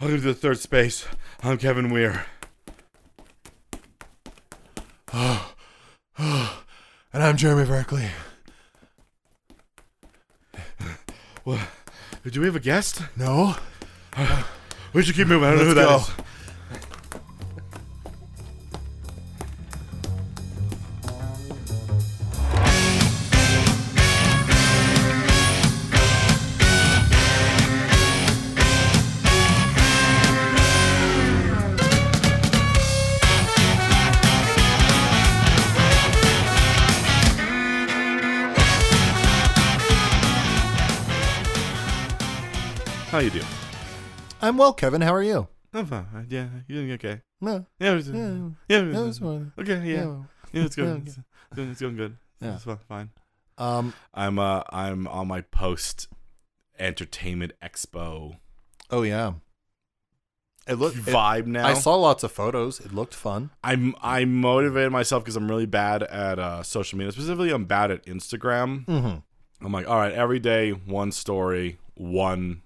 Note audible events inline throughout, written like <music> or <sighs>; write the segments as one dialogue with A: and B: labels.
A: Welcome to the third space. I'm Kevin Weir.
B: <sighs> And I'm Jeremy Berkeley.
A: Well, do we have a guest?
B: No?
A: We should keep moving. I don't
B: Let's
A: know who
B: go.
A: that is. How you doing?
B: I'm well, Kevin. How are you?
A: I'm Oh, fine. Uh, Yeah, you're doing okay.
B: No.
A: Yeah, it was-
B: Yeah.
A: yeah,
B: That
A: it was-
B: was one.
A: okay. Yeah,
B: Yeah.
A: yeah, it's
B: Yeah,
A: good.
B: okay.
A: It's, doing- it's going good.
B: Yeah.
A: It's fi- fine.
B: Um,
C: I'm uh I'm on my post entertainment expo
B: oh, yeah. It looked. it-
C: vibe now.
B: I saw lots of photos. It looked fun.
C: I'm I motivated myself because I'm really bad at uh, social media. Specifically, I'm bad at Instagram.
B: Mm-hmm.
C: I'm like, all right, every day one story, one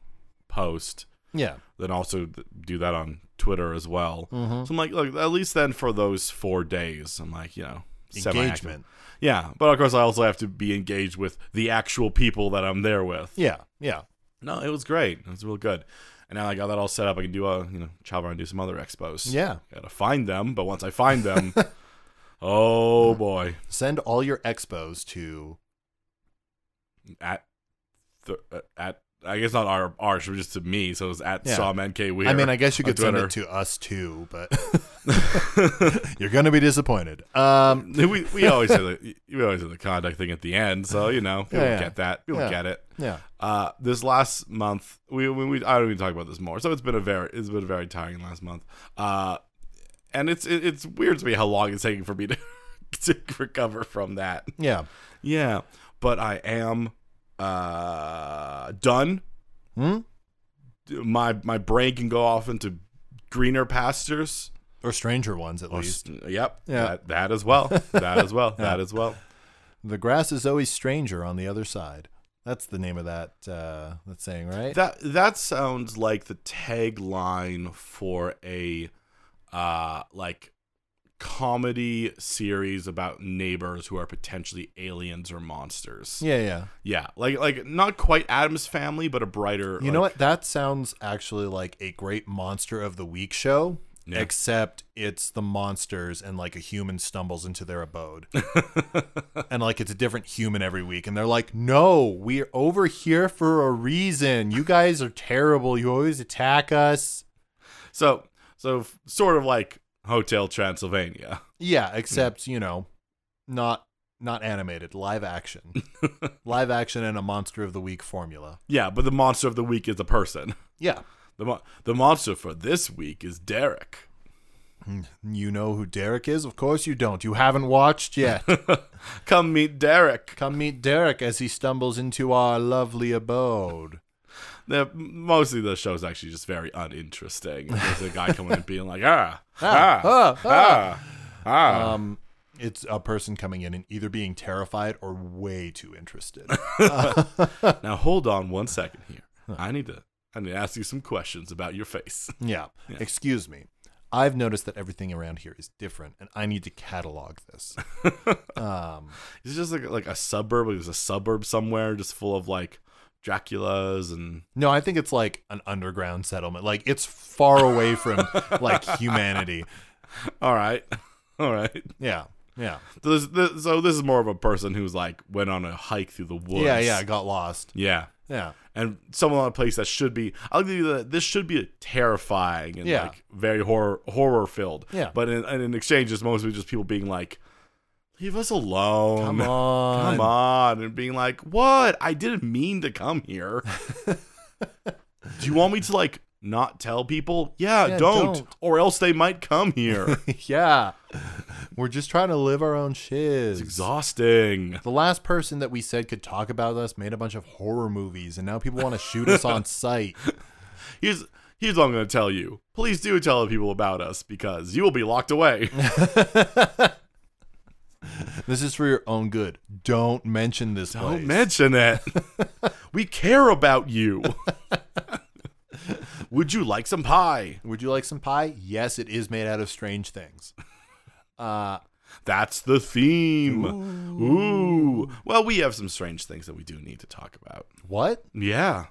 C: post.
B: Yeah.
C: Then also th- do that on Twitter as well.
B: Mm-hmm.
C: So I'm like, look, at least then for those four days, I'm like, you know, semi-active.
B: Engagement.
C: Yeah, but of course, I also have to be engaged with the actual people that I'm there with.
B: Yeah. Yeah.
C: No, it was great. It was real good. And now I got that all set up. I can do a you know chop around and do some other expos.
B: Yeah.
C: gotta find them. But once I find
B: <laughs>
C: them, oh boy,
B: Send all your expos to.
C: at th- uh, at I guess not our ours, but just to me. So it was at
B: Yeah.
C: Saw Man K Weir.
B: I mean, I guess you
C: on
B: could send it
C: Twitter.
B: to us too, but <laughs> you're going to be disappointed. Um,
C: <laughs> we we always do the we always do the contact thing at the end. So you know people
B: Yeah, yeah.
C: get that. People
B: Yeah.
C: get it.
B: yeah.
C: Uh, this last month, we, we, we I don't even talk about this more. So it's been a very it's been a very tiring last month. Uh, and it's it, it's weird to me how long it's taking for me to <laughs> to recover from that.
B: Yeah.
C: Yeah, but I am uh done.
B: Hmm?
C: My my brain can go off into greener pastures.
B: Or stranger ones, at
C: Or
B: least.
C: s- yep.
B: Yeah.
C: That, that as well. That as well. That as well.
B: The grass is always stranger on the other side. That's the name of that uh, that saying, right?
C: That that sounds like the tagline for a uh like comedy series about neighbors who are potentially aliens or monsters.
B: yeah, yeah.
C: Yeah, like like not quite Adam's family, but a brighter.
B: You know what? That sounds actually like a great monster of the week show,
C: Yeah.
B: except it's the monsters and like a human stumbles into their abode. and like it's a different human every week. And they're like, no, we're over here for a reason. You guys are terrible. You always attack us.
C: So so f- sort of like Hotel Transylvania.
B: Yeah, except, you know, not not animated, live action. live action and a monster of the week formula.
C: Yeah, but the monster of the week is a person.
B: Yeah.
C: The mo- the monster for this week is Derek.
B: Hmm. You know who Derek is? Of course you don't. You haven't watched yet.
C: <laughs> Come meet Derek.
B: Come meet Derek as he stumbles into our lovely abode.
C: The, mostly the show's actually just very uninteresting. There's a guy coming in and being like, ah, ah, ah,
B: ah,
C: ah.
B: Um, it's a person coming in and either being terrified or way too interested.
C: Um, Now hold on one second here. I need to, I need to ask you some questions about your face. <laughs>
B: yeah. Excuse me. I've noticed that everything around here is different, and I need to catalog this. um,
C: It's just like like a suburb. Like there's a suburb somewhere just full of like Draculas and
B: no, I think it's like an underground settlement. Like it's far away from like humanity.
C: all right, <laughs> all right.
B: Yeah, yeah,
C: So this, this, so this is more of a person who's like went on a hike through the woods.
B: yeah, yeah. I Got lost.
C: yeah.
B: Yeah,
C: and someone on a place that should be I'll give you that this should be terrifying and
B: Yeah.
C: like very horror horror filled.
B: Yeah.
C: But in, and in exchange it's mostly just people being like, Leave us alone.
B: come on,
C: Oh, <laughs> Come on. And being like, What? I didn't mean to come
B: <laughs>
C: here. Do you want me to like not tell people? Yeah,
B: Yeah,
C: don't,
B: don't.
C: Or else they might come
B: <laughs>
C: here.
B: <laughs> yeah. We're just trying to live our own
C: it's
B: shiz.
C: exhausting.
B: The last person that we said could talk about us made a bunch of horror movies, and now people want to shoot us on sight.
C: Here's here's what I'm gonna tell you. Please do tell people about us because you will be locked away.
B: This is for your own good. Don't mention this
C: Don't
B: <laughs> place.
C: mention it. we care about you. Would you like some pie?
B: Would you like some pie? Yes, it is made out of strange things. Uh,
C: That's the theme. Ooh. Well, we have some strange things that we do need to talk about.
B: what?
C: Yeah.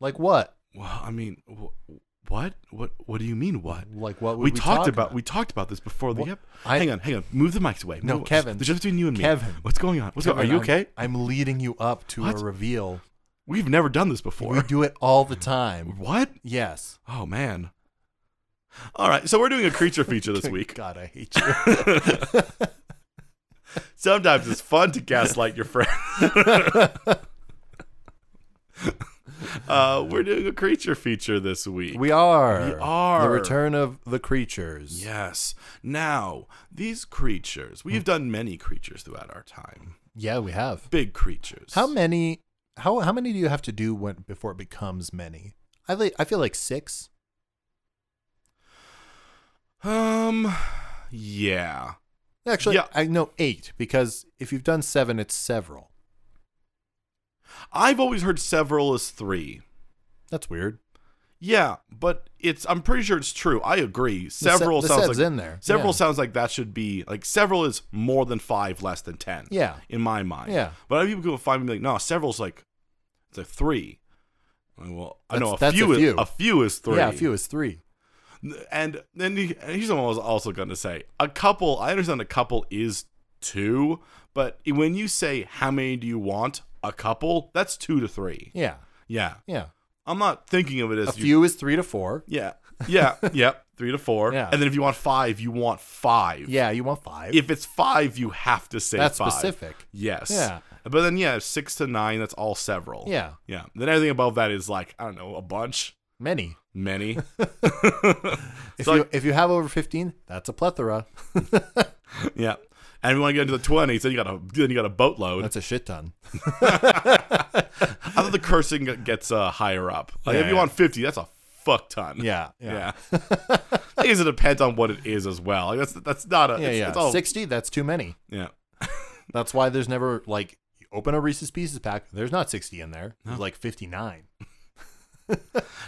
B: Like what?
C: Well, I mean, wh- what? What? What do you mean? What?
B: Like what? Would
C: We,
B: we,
C: talked
B: talk
C: about, we talked about this before the
B: Wha-
C: yep.
B: I-
C: hang on, hang on. Move the mics away.
B: No,
C: Move-
B: Kevin.
C: There's just between you and me.
B: Kevin.
C: what's going on? What's going? Are you
B: Kevin, I'm-
C: okay?
B: I'm leading you up to
C: What?
B: a reveal.
C: We've never done this before.
B: We do it all the time.
C: What?
B: Yes.
C: Oh man. All right, so we're doing a creature feature
B: <laughs>
C: this week.
B: God,
C: <laughs>
B: I hate you.
C: Sometimes it's fun to gaslight your
B: <laughs>
C: friend. uh, we're doing a creature feature this week.
B: We are.
C: We are.
B: The return of the creatures.
C: yes. Now, these creatures, we've done many creatures throughout our time.
B: Yeah, we have.
C: Big creatures.
B: How many? How how many do you have to do when before it becomes many? I li- I feel like six.
C: Um, yeah.
B: Actually,
C: Yeah.
B: I know eight because if you've done seven, it's several.
C: I've always heard several as three.
B: That's weird.
C: Yeah, but it's. I'm pretty sure it's true. I agree.
B: The se-
C: Several
B: the
C: sounds
B: sev's
C: like
B: in there.
C: several
B: yeah.
C: sounds like that should be like several is more than five, less than ten.
B: Yeah.
C: in my mind.
B: Yeah.
C: but other people go find me like, no, several's like it's a three. I'm like, Well, I know a
B: That's- that's
C: few,
B: a few.
C: Is, a few is three.
B: Yeah, a few is three.
C: And then the- and here's what I was also going to say: a couple. I understand a couple is two, but when you say how many do you want, a couple, that's two to three.
B: Yeah,
C: Yeah,
B: yeah.
C: I'm not thinking of it as
B: A
C: you-
B: few is three to four.
C: Yeah, yeah, <laughs> yep. Three to four.
B: Yeah.
C: And then if you want five, you want five.
B: Yeah, you want five.
C: If it's five, you have to say
B: That's
C: five.
B: specific.
C: Yes.
B: Yeah.
C: But then yeah, six to nine, that's all several.
B: Yeah,
C: Yeah. Then everything above that is like, I don't know, a bunch,
B: many.
C: many.
B: <laughs>
C: <laughs>
B: If
C: So-
B: you if you have over fifteen, that's a plethora.
C: yeah. And we want to get into the twenties, then you got a then you got a boatload.
B: That's a
C: <laughs>
B: shit ton.
C: I thought the cursing gets uh, higher up. Like if
B: Yeah,
C: you
B: yeah.
C: want fifty, that's a fuck ton.
B: Yeah, yeah,
C: Yeah.
B: <laughs>
C: I guess it depends on what it is as well. Like that's that's not a
B: yeah.
C: it's,
B: yeah.
C: it's all-
B: Sixty, that's too many.
C: Yeah.
B: That's why there's never like you open a Reese's Pieces pack. There's not sixty in there. There's like
C: <laughs>
B: fifty nine.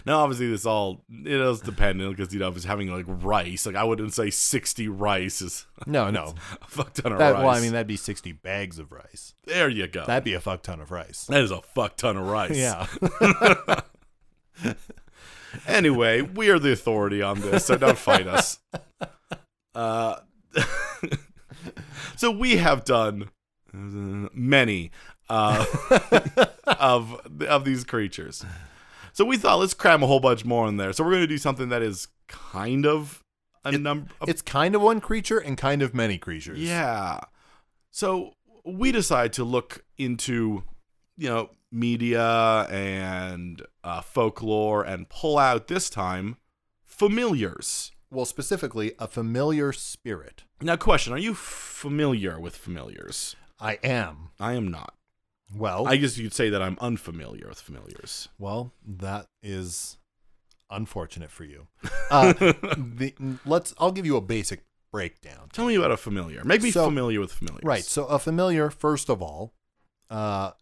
C: Now, obviously, this all it is dependent because you know if it's having like rice, like I wouldn't say sixty rice is
B: No, no.
C: <laughs> a fuck ton of
B: That,
C: rice. Oh.
B: well, I mean that'd be sixty bags of rice.
C: there you go.
B: That'd be a fuck ton
C: <laughs>
B: of rice.
C: that is a fuck ton of rice.
B: Yeah,
C: <laughs>
B: <laughs>
C: Anyway, we are the authority on this, so don't fight
B: <laughs>
C: us. Uh, <laughs> so we have done uh, many
B: <laughs>
C: uh, of of these creatures. So we thought let's cram a whole bunch more in there. So we're going to do something that is kind of a number.
B: it's kind of one creature and kind of many creatures.
C: Yeah. So we decide to look into, you know, media and uh, folklore and pull out this time familiars.
B: Well, specifically a familiar spirit.
C: Now, question: Are you familiar with familiars?
B: I am.
C: I am not.
B: Well,
C: I guess you'd say that I'm unfamiliar with familiars.
B: Well, that is unfortunate
C: <laughs>
B: for you. Uh, the, let's. I'll give you a basic breakdown.
C: Tell me about a familiar. Make me
B: So-
C: familiar with familiars.
B: Right. So a familiar, first of all, uh,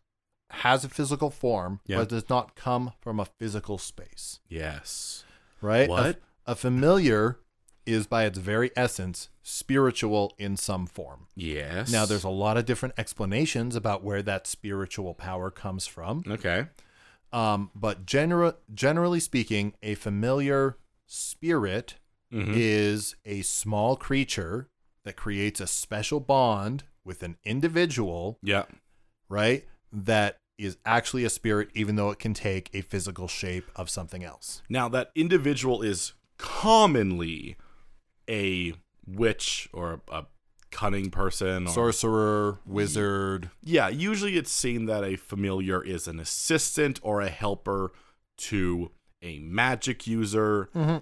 B: has a physical form,
C: Yeah.
B: but does not come from a physical space.
C: Yes.
B: Right. A-
C: What?
B: A, familiar is by its very essence spiritual in some form.
C: Yes.
B: Now, there's a lot of different explanations about where that spiritual power comes from.
C: okay.
B: Um, but general, generally speaking, a familiar spirit
C: Mhm.
B: is a small creature that creates a special bond with an individual,
C: Yeah.
B: right? That is actually a spirit, even though it can take a physical shape of something else.
C: Now, that individual is commonly a witch or a, a cunning person. Or,
B: Sorcerer, wizard.
C: yeah, usually it's seen that a familiar is an assistant or a helper to a magic user.
B: Mm-hmm.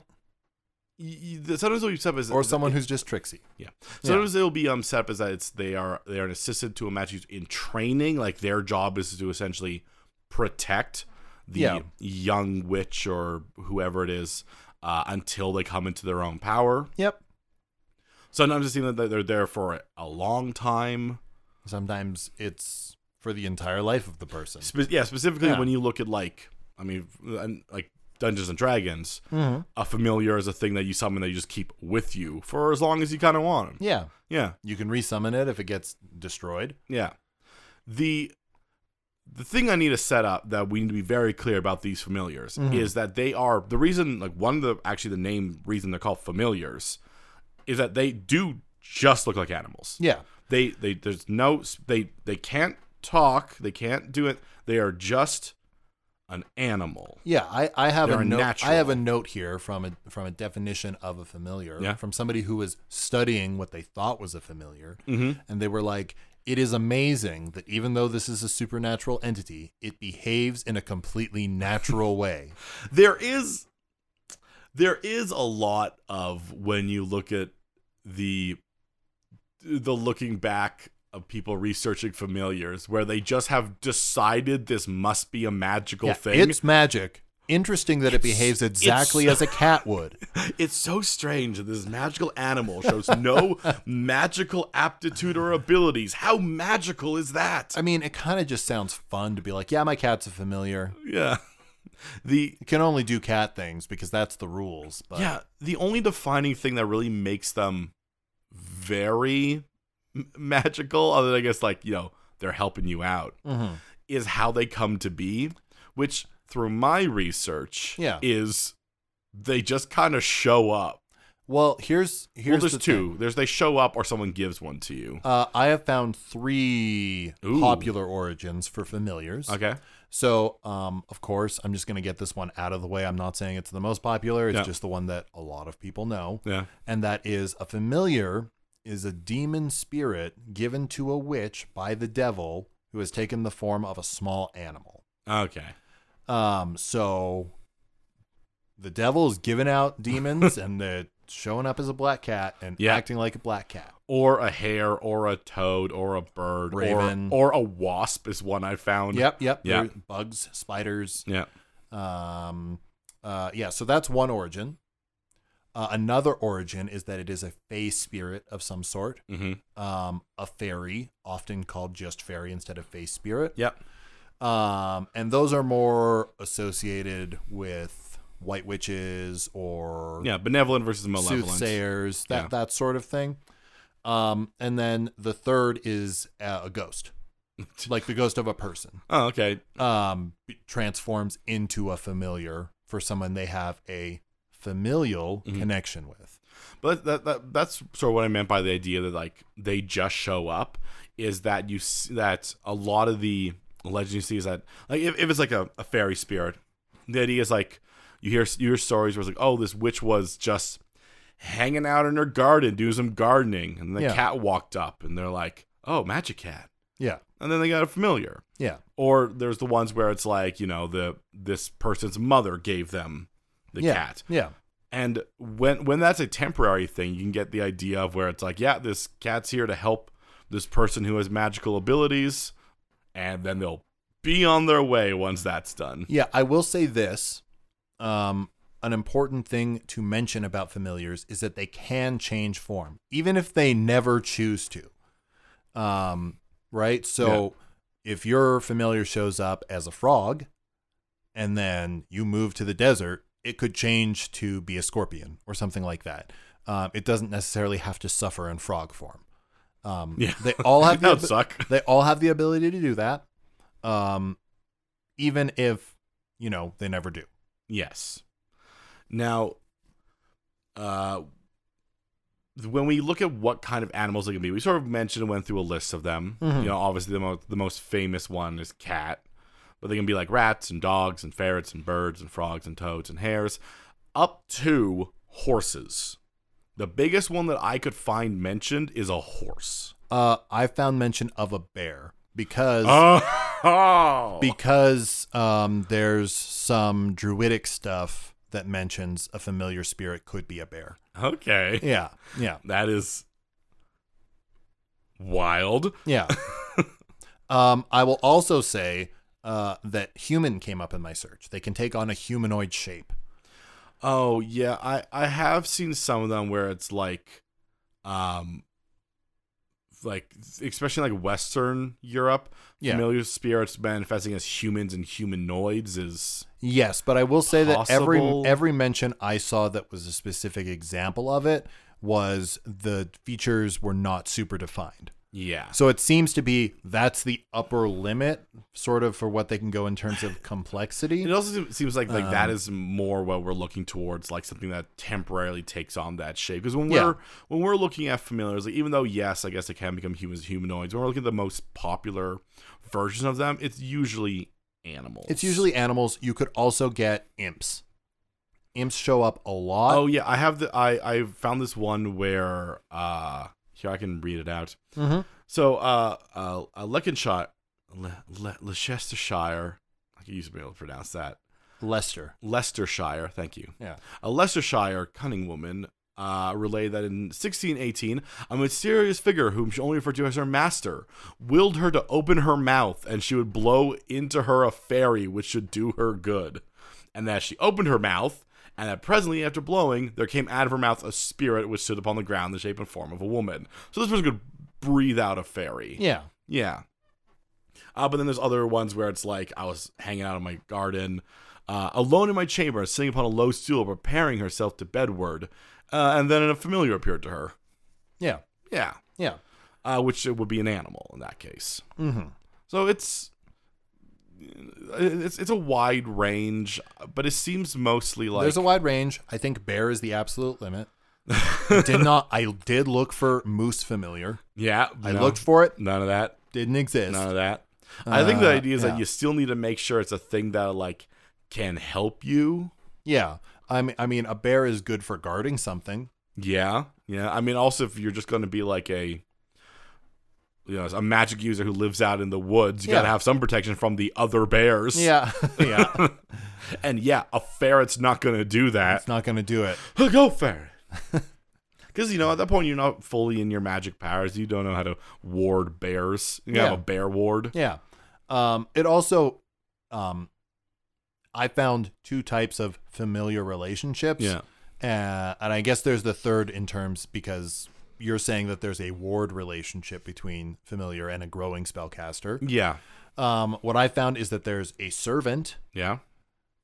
C: Y- y- Sometimes it'll be set up as
B: Or someone who's just tricksy.
C: yeah. Sometimes it'll be um set up as that it's they are they are an assistant to a magic user in training. Like their job is to essentially protect the
B: Yeah.
C: young witch or whoever it is uh, until they come into their own power.
B: Yep.
C: Sometimes it seems that they're there for a long time.
B: Sometimes it's for the entire life of the person.
C: Spe- yeah, specifically
B: Yeah.
C: when you look at like, I mean, and, like Dungeons and Dragons,
B: Mm-hmm.
C: a familiar is a thing that you summon that you just keep with you for as long as you kind of want 'em.
B: Yeah.
C: Yeah,
B: You can resummon it if it gets destroyed.
C: yeah. The the thing I need to set up that we need to be very clear about these familiars is that they are the reason like one of the actually the name reason they're called familiars is that they do just look like animals.
B: Yeah.
C: they they there's no s- they they can't talk they can't do it they are just an animal
B: Yeah, I, I have
C: They're
B: a note.
C: natural.
B: I have a note here from a from a definition of a familiar
C: Yeah.
B: from somebody who was studying what they thought was a familiar,
C: Mhm.
B: and they were like, "It is amazing that even though this is a supernatural entity, it behaves in a completely natural
C: <laughs>
B: way."
C: there is there is a lot of when you look at the the looking back of people researching familiars where they just have decided this must be a magical
B: Yeah,
C: thing
B: It's magic. Interesting that it behaves exactly as a
C: <laughs>
B: cat would.
C: It's so strange that this magical animal shows
B: <laughs>
C: no magical aptitude or abilities. How magical is that?
B: I mean, it kind of just sounds fun to be like, "Yeah, my cat's a familiar.
C: Yeah. <laughs> The
B: It can only do cat things because that's the rules." But
C: yeah, the only defining thing that really makes them very m- magical, other than I guess like you know they're helping you out,
B: Mhm.
C: is how they come to be, which through my research,
B: Yeah.
C: is they just kind of show up.
B: Well, here's here's
C: well,
B: the
C: there's
B: thing.
C: two. There's they show up or someone gives one to you.
B: Uh, I have found three
C: Ooh.
B: popular origins for familiars.
C: Okay.
B: So, um, of course, I'm just going to get this one out of the way. I'm not saying it's the most popular, it's
C: Yeah.
B: just the one that a lot of people know.
C: Yeah.
B: And that is a familiar is a demon spirit given to a witch by the devil who has taken the form of a small animal.
C: Okay.
B: Um, so the devil is
C: <laughs>
B: giving out demons and they're showing up as a black cat and
C: Yeah.
B: acting like a black cat.
C: Or a hare, or a toad, or a bird,
B: Raven.
C: or or a wasp is one I found.
B: Yep, yep.
C: Oh, Yeah.
B: There- Bugs, spiders,
C: Yeah.
B: Um, uh, yeah, so that's one origin. Uh, another origin is that it is a fae spirit of some sort,
C: Mm-hmm.
B: um, a fairy, often called just fairy instead of fae spirit.
C: Yep.
B: Um, and those are more associated with white witches or
C: Yeah. Benevolent versus malevolent.
B: soothsayers, that,
C: Yeah.
B: that sort of thing. Um, and then the third is uh, a ghost, like the ghost of a person
C: <laughs> Oh, okay.
B: um, b- transforms into a familiar for someone they have a familial
C: Mm-hmm.
B: connection with.
C: But that, that that's sort of what I meant by the idea that like they just show up is that you see that a lot of the legend you see is that like if, if it's like a, a fairy spirit, the idea is like you hear you hear stories where it's like oh this witch was just hanging out in her garden doing some gardening and the
B: Yeah.
C: cat walked up and they're like oh magic cat
B: Yeah.
C: and then they got a familiar
B: Yeah.
C: or there's the ones where it's like you know the this person's mother gave them the
B: yeah.
C: cat
B: Yeah.
C: and when when that's a temporary thing, you can get the idea of where it's like, yeah, this cat's here to help this person who has magical abilities, and then they'll be on their way once that's done.
B: Yeah. I will say this. Um, an important thing to mention about familiars is that they can change form, even if they never choose to. Um, right? So if your familiar shows up as a frog and then you move to the desert, it could change to be a scorpion or something like that. Um, it doesn't necessarily have to suffer in frog form. Um,
C: Yeah.
B: they
C: <laughs>
B: all have the
C: that would
B: abi-
C: suck.
B: they all have the ability to do that, um, even if you know they never do.
C: Yes. Now, uh, when we look at what kind of animals they can be, we sort of mentioned and went through a list of them.
B: Mhm.
C: You know, obviously the most the most famous one is cat, but they can be like rats and dogs and ferrets and birds and frogs and toads and hares, up to horses. The biggest one that I could find mentioned is a horse.
B: Uh, I found mention of a bear because
C: Oh,
B: because um, there's some druidic stuff that mentions a familiar spirit could be a bear. <laughs>
C: okay,
B: Yeah, yeah,
C: that is wild.
B: yeah. um, I will also say uh, that human came up in my search. They can take on a humanoid shape.
C: Oh yeah, I I have seen some of them where it's like, um, like especially in, like Western Europe,
B: Yeah.
C: familiar spirits manifesting as humans and humanoids is
B: Yes, but I will say that every
C: Possible-
B: every mention I saw that was a specific example of it was the features were not super defined.
C: yeah.
B: So it seems to be that's the upper limit sort of for what they can go in terms of complexity.
C: It also seem- seems like like
B: Um.
C: that is more what we're looking towards, like something that temporarily takes on that shape. Because when
B: Yeah.
C: we're when we're looking at familiars, like even though yes, I guess they can become humans humanoids, when we're looking at the most popular version of them, it's usually animals.
B: It's usually animals. You could also get imps. Imps show up a lot.
C: Oh yeah, I have the I I found this one where uh here I can read it out.
B: Mhm.
C: So uh uh, uh Leicestershire Le, Le, Leicestershire I could used to be able to pronounce that.
B: Lester.
C: Leicestershire, thank you.
B: Yeah.
C: A Leicestershire cunning woman uh, relayed that in 1618, a mysterious figure, whom she only referred to as her master, willed her to open her mouth and she would blow into her a fairy which should do her good. And that she opened her mouth, and that presently after blowing, there came out of her mouth a spirit which stood upon the ground in the shape and form of a woman. So this person could breathe out a fairy.
B: Yeah.
C: Yeah. Uh, but then there's other ones where it's like I was hanging out in my garden, uh, alone in my chamber, sitting upon a low stool, preparing herself to bedward, uh, and then a familiar appeared to her.
B: Yeah.
C: Yeah,
B: Yeah.
C: uh, which it would be an animal in that case.
B: Mhm.
C: So it's uh, it's it's a wide range, but it seems mostly like
B: There's a wide range. I think bear is the
C: <laughs>
B: absolute limit. I did not I did look for moose familiar.
C: yeah.
B: I
C: no,
B: looked for it.
C: none of that.
B: Didn't exist.
C: None of that. I think the
B: Uh,
C: idea is
B: yeah.
C: that you still need to make sure it's a thing that like can help you.
B: Yeah. I mean, I mean, a bear is good for guarding something.
C: Yeah, yeah. I mean, also if you're just going to be like a, you know, a magic user who lives out in the woods, you got to
B: Yeah.
C: have some protection from the other bears.
B: Yeah. <laughs> yeah.
C: and yeah, a ferret's not going to do that.
B: It's <laughs> not going to do it.
C: Go <laughs> ferret. Because you know, at that point, you're not fully in your magic powers. You don't know how to ward bears. You
B: Yeah.
C: have a bear ward.
B: Yeah. Um, it also, um, I found two types of familiar relationships.
C: Yeah.
B: Uh, and I guess there's the third in terms because you're saying that there's a ward relationship between familiar and a growing spellcaster.
C: Yeah.
B: Um, what I found is that there's a servant,
C: Yeah.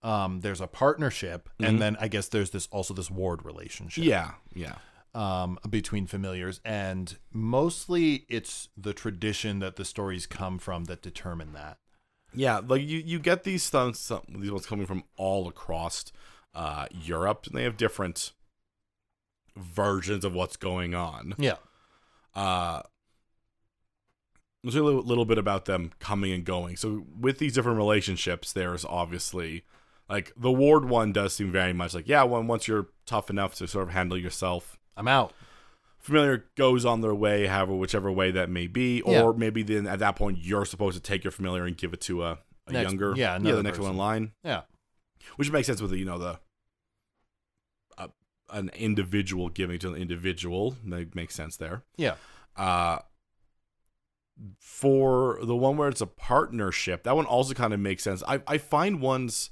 B: um, there's a partnership,
C: Mhm.
B: and then I guess there's this also this ward relationship.
C: Yeah. Yeah.
B: um, between familiars, and mostly it's the tradition that the stories come from that determine that.
C: Yeah, like you, you get these stunts, some, these ones coming from all across uh, Europe, and they have different versions of what's going on.
B: Yeah,
C: Uh, there's a little, little bit about them coming and going. So with these different relationships, there's obviously like the ward one does seem very much like yeah, one once you're tough enough to sort of handle yourself,
B: I'm out.
C: familiar goes on their way, however, whichever way that may be, or
B: Yeah.
C: maybe then at that point you're supposed to take your familiar and give it to a, a
B: Next-
C: younger,
B: yeah,
C: yeah,
B: another
C: the next one in
B: person.
C: line,
B: Yeah,
C: which makes sense with the, you know the uh, an individual giving to an individual that makes sense there.
B: yeah,
C: Uh, for the one where it's a partnership, that one also kind of makes sense. I I find ones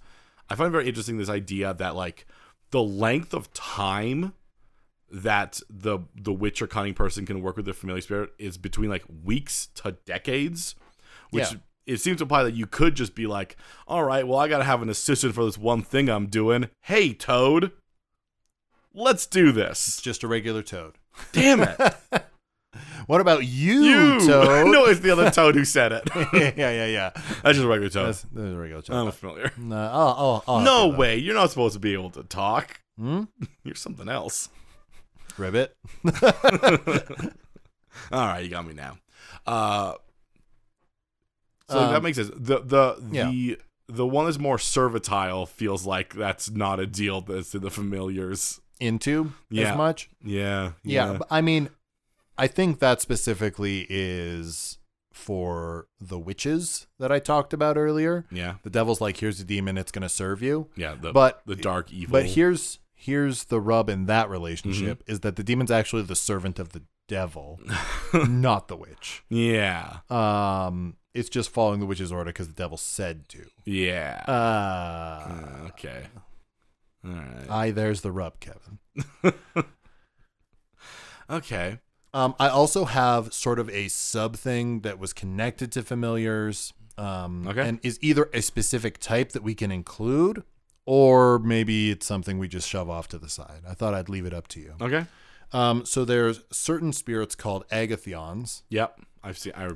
C: I find very interesting this idea that like the length of time that the the witch or cunning person can work with their familiar spirit is between like weeks to decades, which
B: Yeah.
C: it seems to imply that you could just be like, all right, well I gotta have an assistant for this one thing I'm doing. Hey Toad, let's do
B: it's
C: this.
B: just a regular toad.
C: Damn it.
B: <laughs> What about you,
C: You. <laughs>
B: toad?
C: no, it's the other toad who said it.
B: <laughs> yeah, yeah, yeah.
C: That's just a regular toad.
B: That's, there's a regular toad.
C: I'm familiar.
B: no, oh, oh,
C: no way. You're not supposed to be able to talk.
B: Hmm?
C: You're something else. <laughs>
B: Ribbit.
C: All right, you got me now. Uh, so
B: Um,
C: that makes sense. The the
B: Yeah.
C: the the one that's more servitile feels like that's not a deal that's to the familiars.
B: Into
C: Yeah.
B: as much.
C: Yeah.
B: Yeah, but I mean, I think that specifically is for the witches that I talked about earlier.
C: Yeah.
B: The devil's like, here's a demon, it's going to serve you.
C: Yeah. The,
B: But-
C: the dark evil. Mm-hmm.
B: But here's here's the rub in that relationship is that the demon's actually the servant of the
C: <laughs>
B: devil, not the witch.
C: Yeah.
B: Um, it's just following the witch's order because the devil said to.
C: Yeah.
B: Uh,
C: Uh, okay. All right.
B: I there's the rub, Kevin.
C: Okay.
B: Um, I also have sort of a sub thing that was connected to familiars um,
C: Okay.
B: and is either a specific type that we can include or maybe it's something we just shove off to the side. I thought I'd leave it up to you.
C: Okay.
B: Um, so there's certain spirits called agathons,
C: Yep. I've seen. I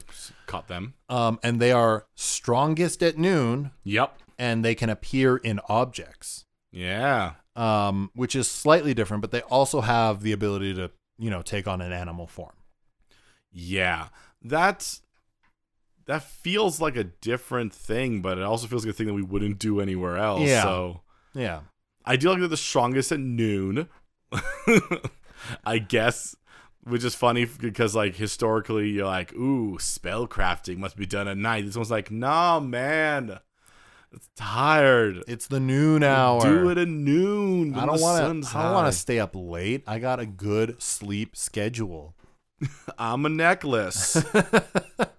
C: caught them.
B: um, and they are strongest at noon
C: Yep.
B: and they can appear in objects.
C: Yeah.
B: um, which is slightly different, but they also have the ability to, you know, take on an animal form.
C: Yeah. That's that feels like a different thing, but it also feels like a thing that we wouldn't do anywhere else.
B: Yeah.
C: So
B: Yeah.
C: I do like that the strongest at noon. <laughs> I guess. Which is funny because like historically you're like, ooh, spell crafting must be done at night. This one's like, nah man. It's tired.
B: It's the noon hour.
C: Do it at noon. when
B: I don't
C: the
B: want
C: sun's
B: to. I don't want
C: high.
B: to stay up late. I got a good sleep schedule.
C: I'm a <laughs> necklace. Put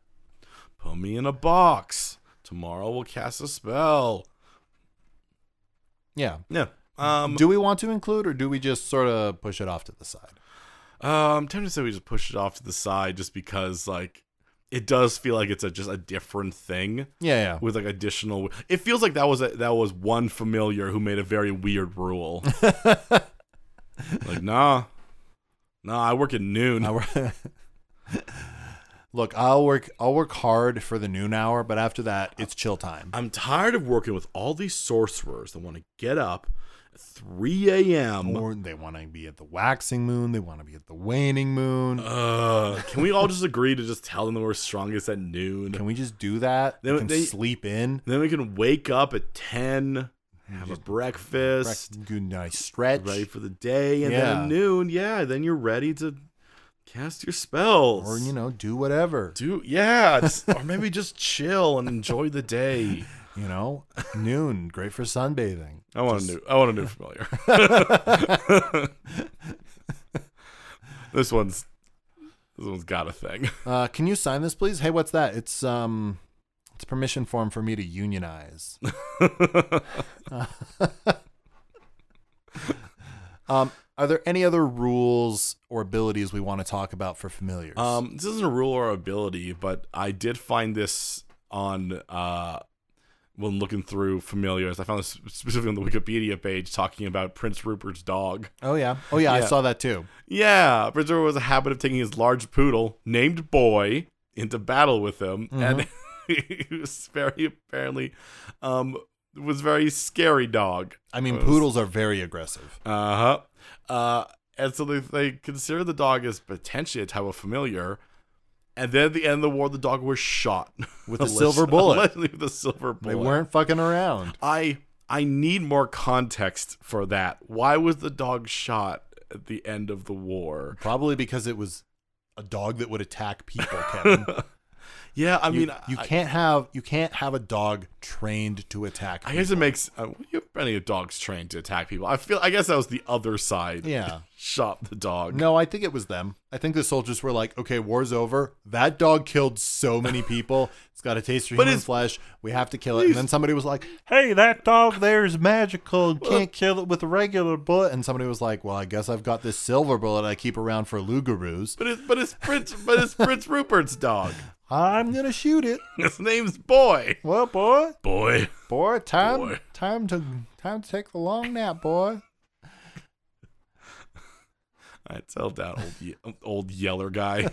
C: me in a box. Tomorrow we'll cast a spell.
B: Yeah.
C: Yeah. Um,
B: do we want to include, or do we just sort of push it off to the side?
C: uh, I'm tempted to say we just push it off to the side just because, like, it does feel like it's a, just a different thing
B: Yeah.
C: with like additional. It feels like that was a, that was one familiar who made a very weird rule.
B: Yeah.
C: like, nah, nah, I work at noon.
B: I wor- Look, I'll work. I'll work hard for the noon hour, but after that, it's chill time.
C: I'm tired of working with all these sorcerers that want to get up at 3 a.m.
B: Or they want to be at the waxing moon. They want to be at the waning moon.
C: Uh, can we all just agree to just tell them that we're strongest at noon?
B: Can we just do that?
C: They-
B: we can
C: they-
B: sleep in.
C: then we can wake up at 10, have a breakfast,
B: Breakfast, Good night stretch.
C: ready for the day, and then
B: Yeah.
C: at noon, yeah, then you're ready to cast your spells.
B: Or, you know, do whatever.
C: do yeah, just- or maybe <laughs> just chill and enjoy the
B: <laughs>
C: day. <laughs>
B: You know, noon, great for sunbathing.
C: I want a new. I want a new
B: <laughs>
C: familiar. <laughs> this one's this one's got a thing.
B: Uh, can you sign this, please? Hey, what's that? It's um, it's a permission form for me
C: <laughs>
B: to unionize. um, are there any other rules or abilities we want to talk about for familiars?
C: Um, this isn't a rule or ability, but I did find this on uh, when looking through familiars. I found this specifically on the Wikipedia page talking about Prince Rupert's dog.
B: oh yeah, oh yeah, I
C: yeah.
B: saw that too.
C: Yeah, Prince Rupert was a habit of taking his large poodle named Boy into battle with him, and <laughs> he was very apparently um, was a very scary dog.
B: I mean,
C: Was-
B: poodles are very aggressive.
C: Uh-huh. Uh and so they they consider the dog as potentially a type of familiar. And then at the end of the war, the dog was shot <laughs>
B: With a
C: Alleg-
B: silver bullet.
C: Allegedly with a silver bullet.
B: They weren't fucking around.
C: I I need more context for that. Why was the dog shot at the end of the war?
B: Probably because it was a dog that would attack people,
C: <laughs>
B: Kevin.
C: Yeah, I
B: you,
C: mean,
B: you
C: I,
B: can't have you can't have a dog trained to attack.
C: I
B: people.
C: guess it makes uh, you're plenty of dogs trained to attack people. I feel I guess that was the other side.
B: Yeah.
C: <laughs> shot the dog.
B: No, I think it was them. I think the soldiers were like, "Okay, war's over. That dog killed so many people. It's got a taste for
C: But
B: human
C: it's-
B: flesh. We have to kill it." And then somebody was like, "Hey, that dog there is magical. You can't kill it with a regular bullet." And somebody was like, "Well, I guess I've got this silver bullet I keep around for lugaroos.
C: But it's but it's Prince but it's Prince Rupert's
B: <laughs>
C: dog.
B: I'm gonna shoot it."
C: His name's Boy.
B: Well, boy,
C: Boy.
B: boy, time,
C: Boy.
B: time to time to take the long nap, boy.
C: I tell that old ye- <laughs> old yeller guy.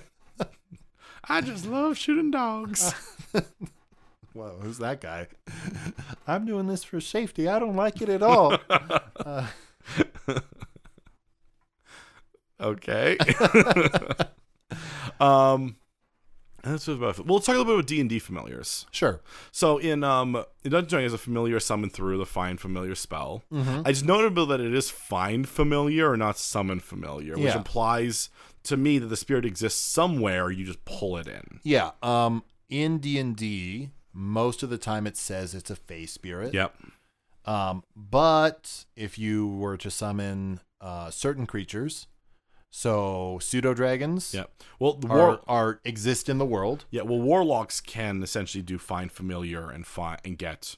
C: <laughs> I just love shooting dogs.
B: <laughs> Whoa, who's that guy? <laughs> I'm doing this for safety. I don't like it at all.
C: Okay. <laughs> um, that's what about. We'll talk a little bit about D and D familiars.
B: <laughs> sure.
C: So in um in Dungeon Dragon is a familiar summon through the find familiar spell.
B: Mm-hmm.
C: I just notable that it is find familiar or not summon familiar, which
B: Yeah.
C: implies to me that the spirit exists somewhere. You just pull it in.
B: Yeah. Um, in D and D, most of the time it says it's a fae spirit.
C: Yep.
B: Um, but if you were to summon uh, certain creatures, so pseudo dragons,
C: Yep. Well, the war
B: are, are exist in the world.
C: Yeah, well, warlocks can essentially do find familiar and find and get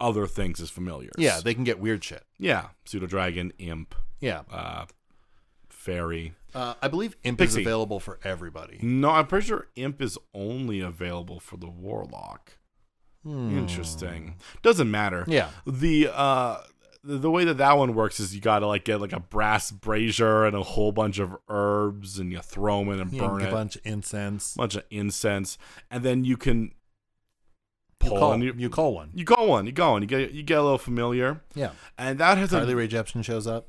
C: other things as familiars.
B: Yeah, they can get weird shit.
C: yeah, pseudo dragon, imp,
B: Yeah.
C: uh, fairy.
B: Uh, I believe Imp is
A: Pixie.
B: available for everybody.
C: No, I'm pretty sure Imp is only available for the Warlock. Mm, Interesting. Doesn't matter.
B: Hmm. Yeah.
C: The uh the the way that that one works is you gotta like get like a brass brazier and a whole bunch of herbs and you throw them in and
B: Yeah,
C: burn
B: a
C: it,
B: bunch of incense.
C: bunch of incense, and then you can
B: You
C: pull
B: call,
C: and you,
B: you call one.
C: you go on, you go on, you get you get a little familiar,
B: Yeah.
C: and that has
B: Carly
C: a
B: Rae Jepsen shows up.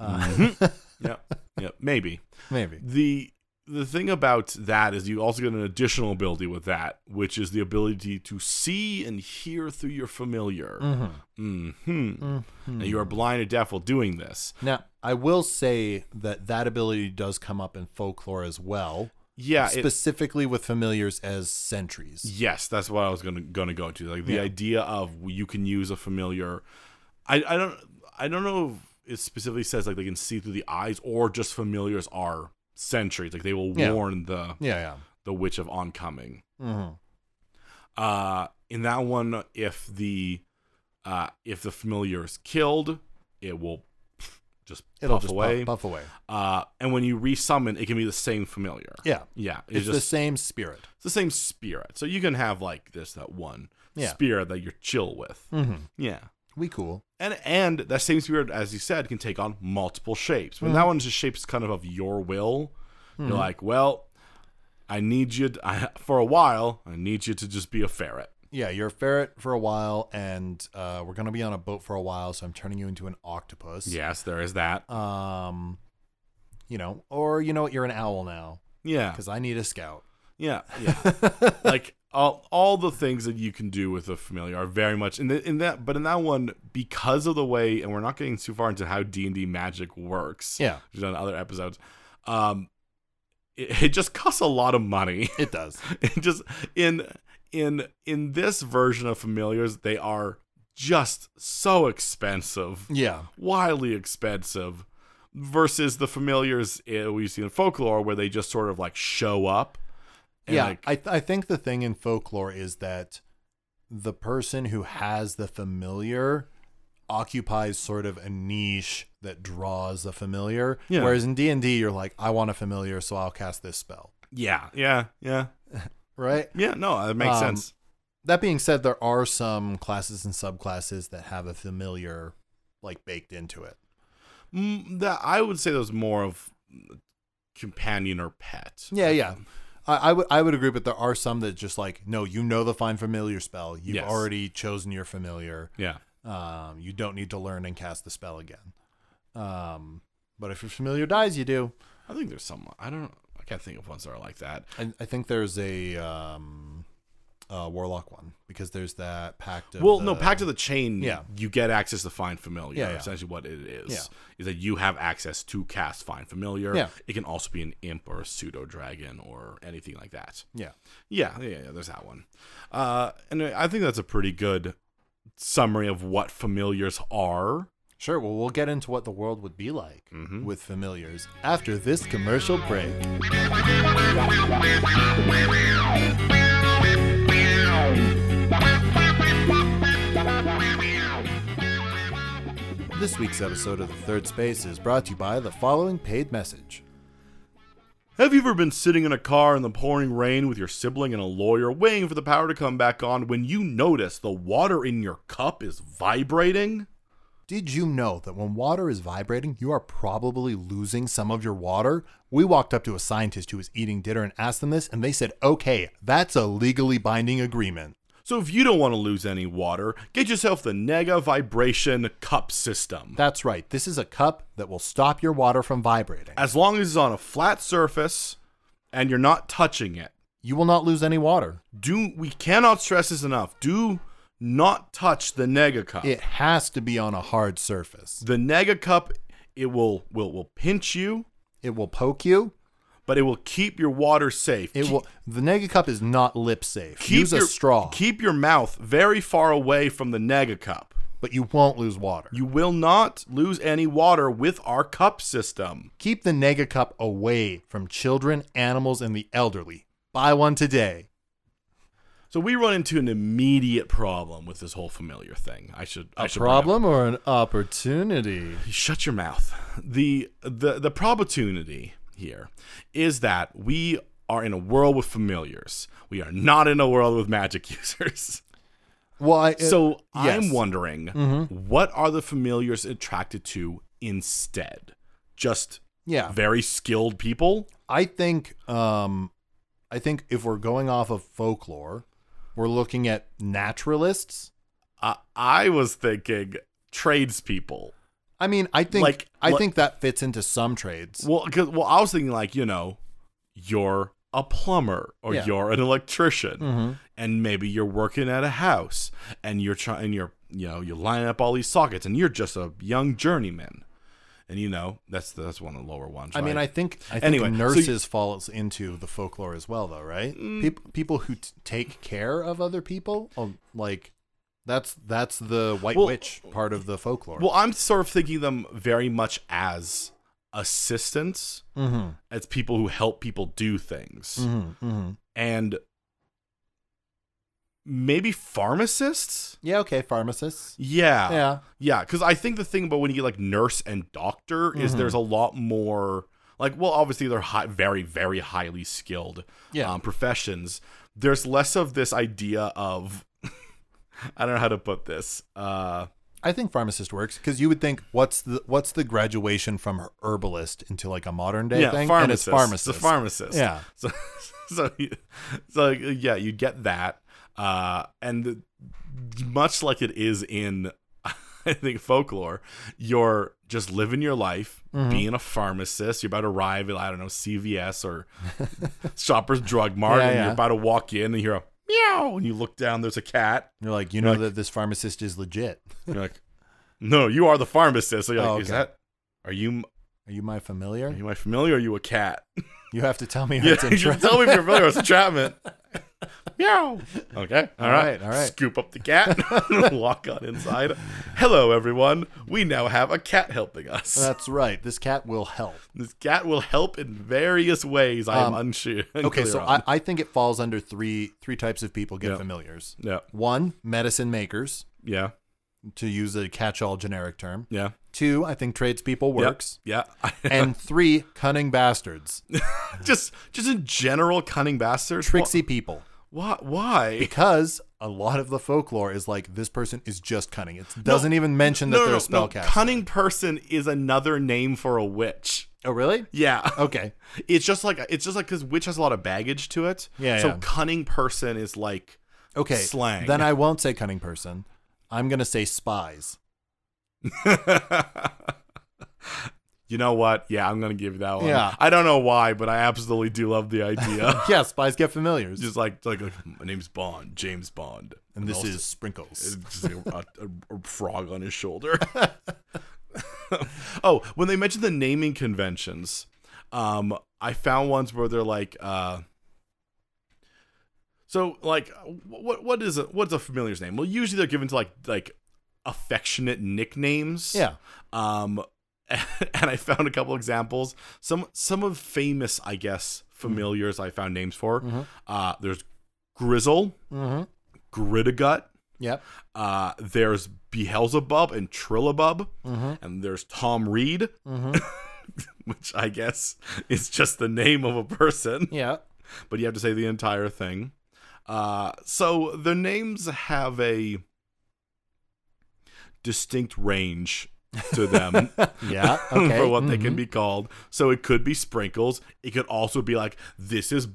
B: Uh,
C: Mhm. <laughs> yeah yeah maybe
B: maybe.
C: the the thing about that is you also get an additional ability with that, which is the ability to see and hear through your familiar. hmm And you are blind or deaf while doing this.
B: Now, I will say that that ability does come up in folklore as well,
C: Yeah. Uh, it-
B: specifically with familiars as sentries.
C: yes, that's what I was gonna gonna go to. Like the
B: Yeah.
C: idea of you can use a familiar. I I don't I don't know if it specifically says like they can see through the eyes or just familiars are sentries. Like they will
B: Yeah.
C: warn the
B: Yeah,
C: the witch of oncoming.
B: yeah. Mhm.
C: Uh, in that one, if the uh, if the familiar is killed, it will just
B: It'll
C: puff
B: just
C: away.
B: Puff, puff away.
C: Uh, and when you resummon, it can be the same familiar.
B: Yeah.
C: yeah, it's,
B: It's
C: just
B: the same spirit.
C: it's the same spirit. So you can have like this that one
B: Yeah.
C: spirit that you're chill with.
B: Mm-hmm.
C: Yeah.
B: We cool.
C: And, and that same spirit, as you said, can take on multiple shapes. But that one's just shapes kind of of your will. You're like, well, I need you to, I, for a while. I need you to just be a ferret.
B: Yeah, you're a ferret for a while, and uh, we're gonna be on a boat for a while, so I'm turning you into an octopus.
C: Yes, there is that.
B: Um, you know, or you know what? You're an owl now
C: Yeah,
B: because I need a scout.
C: <laughs> yeah, yeah. like all, all the things that you can do with a familiar are very much in, the, in that. But in that one, because of the way, and we're not getting too far into how D and D magic works.
B: Yeah,
C: we've done other episodes. Um, it, it just costs a lot of money. <laughs>
B: it does.
C: It just in in in this version of familiars, they are just so expensive.
B: Yeah,
C: wildly expensive versus the familiars uh, we see in folklore where they just sort of like show up. And
B: yeah.
C: Like,
B: I th- I think the thing in folklore is that the person who has the familiar occupies sort of a niche that draws the familiar.
C: Yeah.
B: Whereas in D and D, you're like, I want a familiar, so I'll cast this spell.
C: yeah. Yeah. Yeah.
B: Right.
C: Yeah. No, that makes
B: Um,
C: sense.
B: That being said, there are some classes and subclasses that have a familiar like baked into it.
C: Mm, that I would say those more of companion or pet.
B: Yeah, yeah. I, I would I would agree, but there are some that just like no, you know the find familiar spell. You've
C: Yes.
B: already chosen your familiar.
C: Yeah.
B: Um, you don't need to learn and cast the spell again. Um, but if your familiar dies, you do.
C: I think there's some. I don't. I can't think of ones that are like that.
B: And I think there's a um, uh, warlock one because there's that pact. Of
C: well,
B: the-
C: no, Pact of the Chain.
B: Yeah.
C: you get access to Find Familiar.
B: Yeah, yeah.
C: Essentially, what it is
B: Yeah.
C: is that you have access to cast Find Familiar.
B: Yeah.
C: it can also be an imp or a pseudo dragon or anything like that.
B: Yeah,
C: Yeah, yeah, yeah. There's that one, uh, and I think that's a pretty good summary of what familiars are.
B: sure. Well, we'll get into what the world would be like with familiars after this commercial break. This week's episode of The Third Space is brought to you by the following paid message.
C: Have you ever been sitting in a car in the pouring rain with your sibling and a lawyer, waiting for the power to come back on when you notice the water in your cup is vibrating?
B: Did you know that when water is vibrating, you are probably losing some of your water? We walked up to a scientist who was eating dinner and asked them this, and they said, okay, that's a legally binding agreement.
C: So if you don't want to lose any water, get yourself the Nega Vibration Cup System.
B: That's right, this is a cup that will stop your water from vibrating.
C: As long as it's on a flat surface and you're not touching it.
B: You will not lose any water.
C: Do we cannot stress this enough. Do not touch the Nega Cup.
B: It has to be on a hard surface.
C: The Nega Cup it will will will pinch you,
B: It will poke you.
C: but it will keep your water safe.
B: It
C: Keep-
B: will. The nega cup is not lip safe.
C: keep
B: Use a
C: your,
B: straw,
C: Keep your mouth very far away from the Nega Cup.
B: but you won't lose water.
C: You will not lose any water with our cup system.
B: Keep the Nega Cup away from children, animals, and the elderly. Buy one today.
C: So we run into an immediate problem with this whole familiar thing. I should I
B: A
C: should bring up-
B: problem or an opportunity?
C: Shut your mouth. The the the opportunity here is that we are in a world with familiars. We are not in a world with magic <laughs> users.
B: Well, I,
C: so
B: Uh, yes.
C: I'm wondering what are the familiars attracted to instead? Just
B: yeah,
C: very skilled people?
B: I think um I think if we're going off of folklore, we're looking at naturalists.
C: I I was thinking tradespeople.
B: I mean, I think
C: Like,
B: I
C: what-
B: think that fits into some trades.
C: Well, 'cause- well, I was thinking like you know, you're a plumber or
B: Yeah.
C: you're an electrician,
B: Mhm.
C: and maybe you're working at a house and you're trying and you're you know you're lining up all these sockets and you're just a young journeyman, and you know that's that's one of the lower ones.
B: I mean, I
C: right?
B: think I think
C: Anyway, so you-
B: nurses falls into the folklore as well, though, right?
C: Mm.
B: Peop people who t- take care of other people, um, like that's that's the white
C: Well-
B: witch part of the folklore.
C: well, I'm sort of thinking them very much as assistants,
B: mm-hmm.
C: as people who help people do things,
B: Mm-hmm. Mm-hmm.
C: and maybe pharmacists.
B: Yeah. Okay. Pharmacists.
C: Yeah.
B: yeah.
C: Yeah, because I think the thing about when you get like nurse and doctor
B: Mm-hmm.
C: is there's a lot more like well obviously they're high, very very highly skilled
B: Yeah.
C: um, professions. There's less of this idea of <laughs> I don't know how to put this. Uh,
B: I think pharmacist works because you would think what's the what's the graduation from her- herbalist into like a modern day
C: yeah,
B: thing?
C: pharmacist.
B: And it's pharmacist.
C: It's a pharmacist.
B: Yeah.
C: <laughs> So so you- so yeah, you get that. Uh, and the, much like it is in <laughs> I think folklore, you're just living your life,
B: Mm-hmm.
C: being a pharmacist. You're about to arrive at I don't know CVS or <laughs> Shoppers Drug Mart,
B: Yeah,
C: and
B: yeah.
C: you're about to walk in and you hear a meow, and you look down. There's a cat.
B: You're like, you know
C: like-
B: that this pharmacist is legit.
C: You're like, no, you are the pharmacist. So you're like,
B: Oh,
C: is
B: okay.
C: that? Are you
B: Are you my familiar?
C: are you my familiar? Or are you a cat?
B: You have to
C: <laughs>
B: tell me how
C: Yeah,
B: it's
C: you should
B: <laughs>
C: tell me if you're familiar with entrapment. <laughs> Meow. Okay.
B: All
C: all
B: right,
C: right.
B: all right.
C: Scoop up the cat. <laughs> walk on inside. Hello, everyone. We now have a cat helping us.
B: That's right. This cat will help.
C: this cat will help in various ways. I am unsure. <laughs>
B: Okay, so
C: on.
B: I, I think it falls under three three types of people get
C: Yeah.
B: familiars.
C: yeah,
B: One, medicine makers,
C: yeah,
B: to use a catch all generic term.
C: yeah,
B: Two, I think tradespeople works.
C: yeah. <laughs>
B: And three, cunning bastards,
C: just, just in general, cunning bastards.
B: tricksy people.
C: Why? Why?
B: Because a lot of the folklore is like this person is just cunning. It doesn't even mention that
C: No,
B: they're
C: no,
B: a
C: no.
B: spellcaster.
C: Cunning person is another name for a witch.
B: oh, really?
C: Yeah. <laughs>
B: Okay.
C: It's just like it's just like because witch has a lot of baggage to it.
B: Yeah,
C: So
B: yeah.
C: cunning person is
B: <laughs>
C: like
B: Okay.
C: Slang.
B: Then I won't say cunning person. I'm gonna say spies.
C: you know what? Yeah, I'm gonna give you that one.
B: Yeah.
C: I don't know why, but I absolutely do love the idea. <laughs>
B: Yeah, spies get familiars.
C: just like like, like, my name's Bond, James Bond,
B: and this
C: also-
B: is sprinkles.
C: it's just a, a- a frog on his shoulder. <laughs> oh, when they mentioned the naming conventions, um, I found ones where they're like, uh, so like, what what is it? What's a familiar's name? Well, usually they're given to like like affectionate nicknames.
B: Yeah.
C: Um, <laughs> and I found a couple examples. Some some of famous, I guess, familiars I found names for. Uh, there's Grizzle,
B: Mm-hmm.
C: Grittigut.
B: Yep.
C: Uh, there's Beelzebub and Trillabub,
B: Mhm.
C: and there's Tom Reed,
B: Mm-hmm.
C: which I guess <laughs> is just the name of a person,
B: Yeah.
C: but you have to say the entire thing. Uh, so the names have a distinct range to them <laughs>
B: Yeah. Okay.
C: for what they can
B: Mhm.
C: be called. So it could be Sprinkles. It could also be like, this is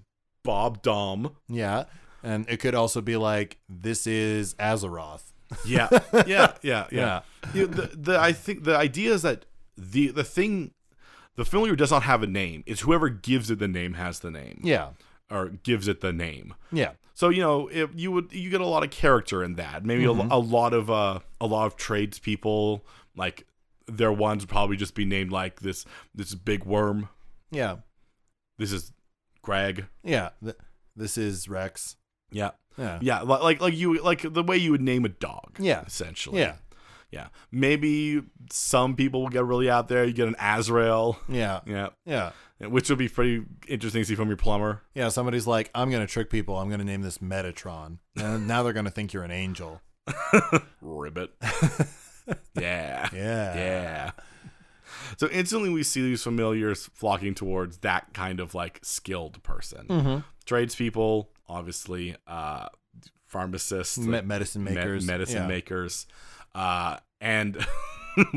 C: Bob Dom.
B: Yeah. And it could also be like, this is Azeroth.
C: Yeah, yeah, yeah, yeah.
B: Yeah.
C: You know, the, the I think the idea is that the the thing, the familiar does not have a name. It's whoever gives it the name has the name,
B: Yeah.
C: or gives it the name.
B: Yeah.
C: So you know, if you would you get a lot of character in that. Maybe a lo-
B: Mm-hmm.
C: a, lot of uh, a lot of tradespeople like their ones would probably just be named like this. This is Big Worm.
B: Yeah.
C: This is Greg.
B: Yeah. Th- this is Rex.
C: Yeah,
B: Yeah.
C: yeah, li- like like you like the way you would name a dog.
B: Yeah.
C: essentially.
B: Yeah.
C: Yeah. Maybe some people will get really out there. You get an Azrael.
B: Yeah.
C: Yeah.
B: Yeah.
C: Which would be pretty interesting to see from your plumber.
B: Yeah. Somebody's like, I'm going to trick people. I'm going to name this Metatron. And now <laughs> they're going to think you're an angel. <laughs>
C: Ribbit. yeah.
B: Yeah.
C: Yeah. So instantly we see these familiars flocking towards that kind of like skilled person.
B: Mm-hmm.
C: Tradespeople, obviously, uh, pharmacists,
B: Me- medicine
C: me-
B: makers.
C: medicine
B: Yeah.
C: makers, uh, and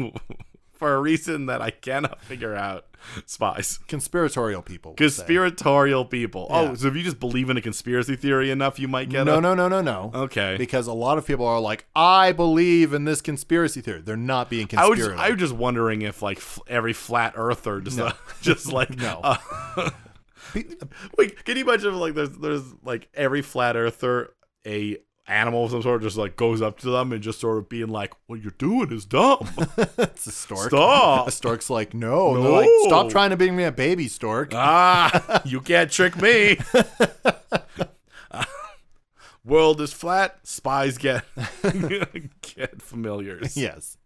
C: <laughs> for a reason that I cannot figure out, spies,
B: Conspiratorial people. we'll say.
C: conspiratorial people.
B: Yeah.
C: Oh, so if you just believe in a conspiracy theory enough, you might get
B: No,
C: a-
B: no, no, no, no.
C: Okay,
B: Because a lot of people are like, I believe in this conspiracy theory. They're not being
C: I was
B: conspiratorial.
C: I was just wondering if like f- every flat earther just uh, <laughs> just like
B: No.
C: uh, <laughs> like can you imagine if, like there's there's like every flat earther a animal of some sort just like goes up to them and just sort of being like what you're doing is dumb <laughs>
B: it's a stork.
C: Stop.
B: A stork's like, no.
C: No.
B: They're like, stop trying to bring me a baby stork.
C: ah you can't trick me world is flat spies get <laughs> get familiars
B: yes.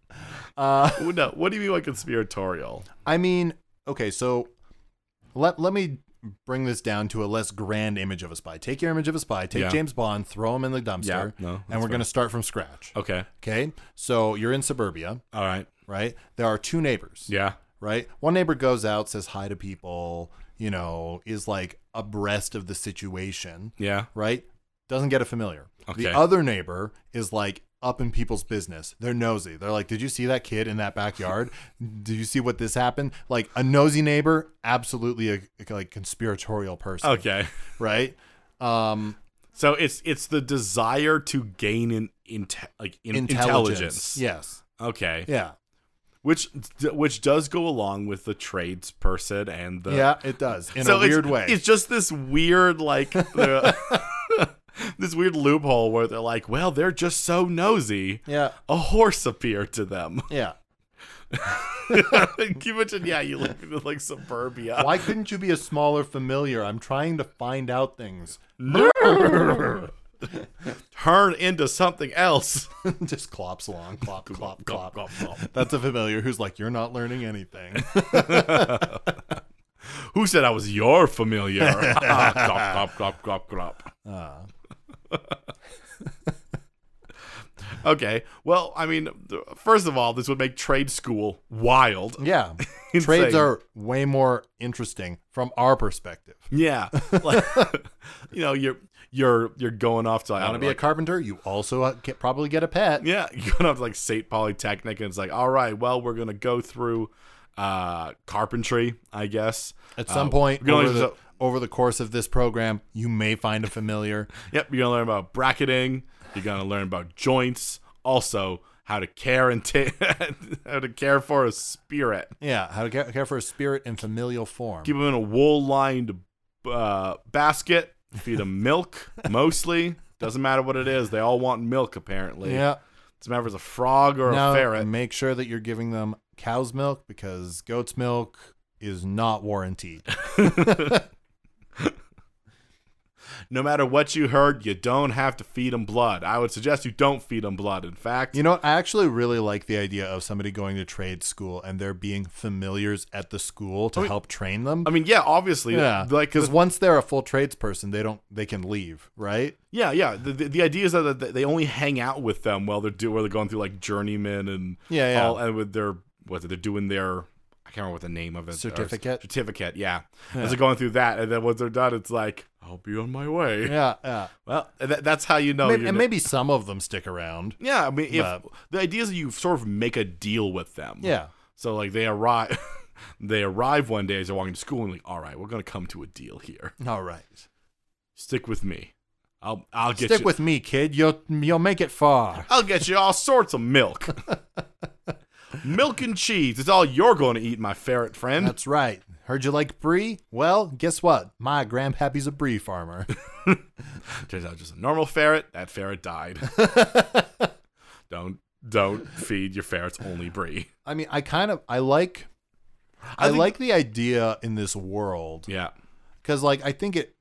B: Uh,
C: no what do you mean by conspiratorial
B: I mean, okay, so let let me bring this down to a less grand image of a spy. Take your image of a spy, take
C: Yeah.
B: James Bond, throw him in the dumpster,
C: Yeah, no,
B: and we're going to start from scratch.
C: okay
B: Okay? So you're in suburbia,
C: all right
B: right? There are two neighbors,
C: yeah
B: right? One neighbor goes out, says hi to people, you know, is like abreast of the situation,
C: yeah
B: right? Doesn't get a familiar.
C: Okay.
B: The other neighbor is like up in people's business. They're nosy. They're like, "Did you see that kid in that backyard? <laughs> Did you see what this happened?" Like a nosy neighbor, absolutely a like conspiratorial person,
C: Okay.
B: right? Um,
C: So it's it's the desire to gain an inte- like in- intelligence.
B: Yes.
C: Okay.
B: Yeah.
C: Which d- which does go along with the tradesperson and the
B: yeah. It does in
C: so
B: a
C: it's-
B: weird way.
C: It's just this weird
B: <laughs>
C: like the- <laughs> this weird loophole where they're like, well, they're just so nosy.
B: yeah.
C: A horse appeared to them. <laughs>
B: Yeah.
C: Can you imagine? Yeah, you live in like suburbia.
B: Why couldn't you be a smaller familiar? I'm trying to find out things. <laughs>
C: Turn into something else.
B: Just clops along, clop,
C: <laughs>
B: clop,
C: Glop,
B: clop.
C: glop, glop.
B: That's a familiar who's like, "You're not learning
C: <laughs>
B: anything."
C: Who said I was your familiar?
B: <laughs>
C: <laughs> glop, glop, glop, glop, glop.
B: Uh,
C: <laughs> Okay. Well, I mean, th- first of all, this would make trade school wild.
B: Yeah. <laughs> Trades are way more interesting from our perspective.
C: <laughs> Yeah. Like, <laughs> you know, you're you're you're going off to I
B: Want to
C: don't
B: be
C: know,
B: a carpenter? You also uh, get, probably get a pet.
C: like- yeah, <laughs> you're going off to like State Polytechnic, and it's like, all right, well, we're gonna go through uh carpentry, I guess.
B: At
C: Uh,
B: some point
C: we're gonna
B: over
C: learn
B: the,
C: so-
B: over the course of this program, you may find a familiar.
C: Yep, you're gonna learn about bracketing. You're gonna learn about joints. Also, how to care and ta- <laughs> how to care for a spirit.
B: Yeah, how to care, care for a spirit in familial form.
C: Keep them in a wool-lined uh, basket. Feed them milk mostly. Doesn't matter what it is. They all want milk apparently.
B: yeah.
C: Doesn't matter if it's a frog or
B: Now,
C: a ferret.
B: make sure that you're giving them cow's milk because goat's milk is not warranted.
C: <laughs> No matter what you heard, you don't have to feed them blood. I would suggest you don't feed them blood. In fact,
B: You know, what? I actually really like the idea of somebody going to trade school and there being familiars at the school
C: Oh,
B: to help train them.
C: I mean, yeah, obviously,
B: Yeah,
C: like
B: because once they're a full tradesperson, they don't they can leave, right?
C: yeah, yeah. The, the, the idea is that that they only hang out with them while they're do while they're going through like journeyman and
B: Yeah, yeah.
C: all and with their what they're doing their I can't remember what the name of it
B: Certificate?
C: certificate, yeah. As they're going through that, and then once they're done, it's like I'll be on my way.
B: Yeah, <laughs> yeah.
C: Well, that, that's how you know.
B: Maybe,
C: you're
B: and
C: n-
B: maybe some of them stick around.
C: yeah, I mean, if
B: But-
C: the idea is that you sort of make a deal with them.
B: Yeah,
C: So like they arrive, <laughs> they arrive one day as they're walking to school and like, all right, we're gonna come to a deal here.
B: all right.
C: Stick with me. I'll I'll get
B: Stick
C: you.
B: with me, kid. You'll you'll make it far.
C: I'll get you all sorts of <laughs> milk. milk and cheese. It's all you're going to eat, my ferret friend.
B: That's right. Heard you like brie? Well, guess what? My grandpappy's a brie <laughs> farmer.
C: Turns out just a normal ferret. That ferret <laughs> died. don't don't feed your ferrets only brie.
B: I mean, I kind of I like I,
C: think-
B: like the idea in this world
C: Yeah.
B: because like I think it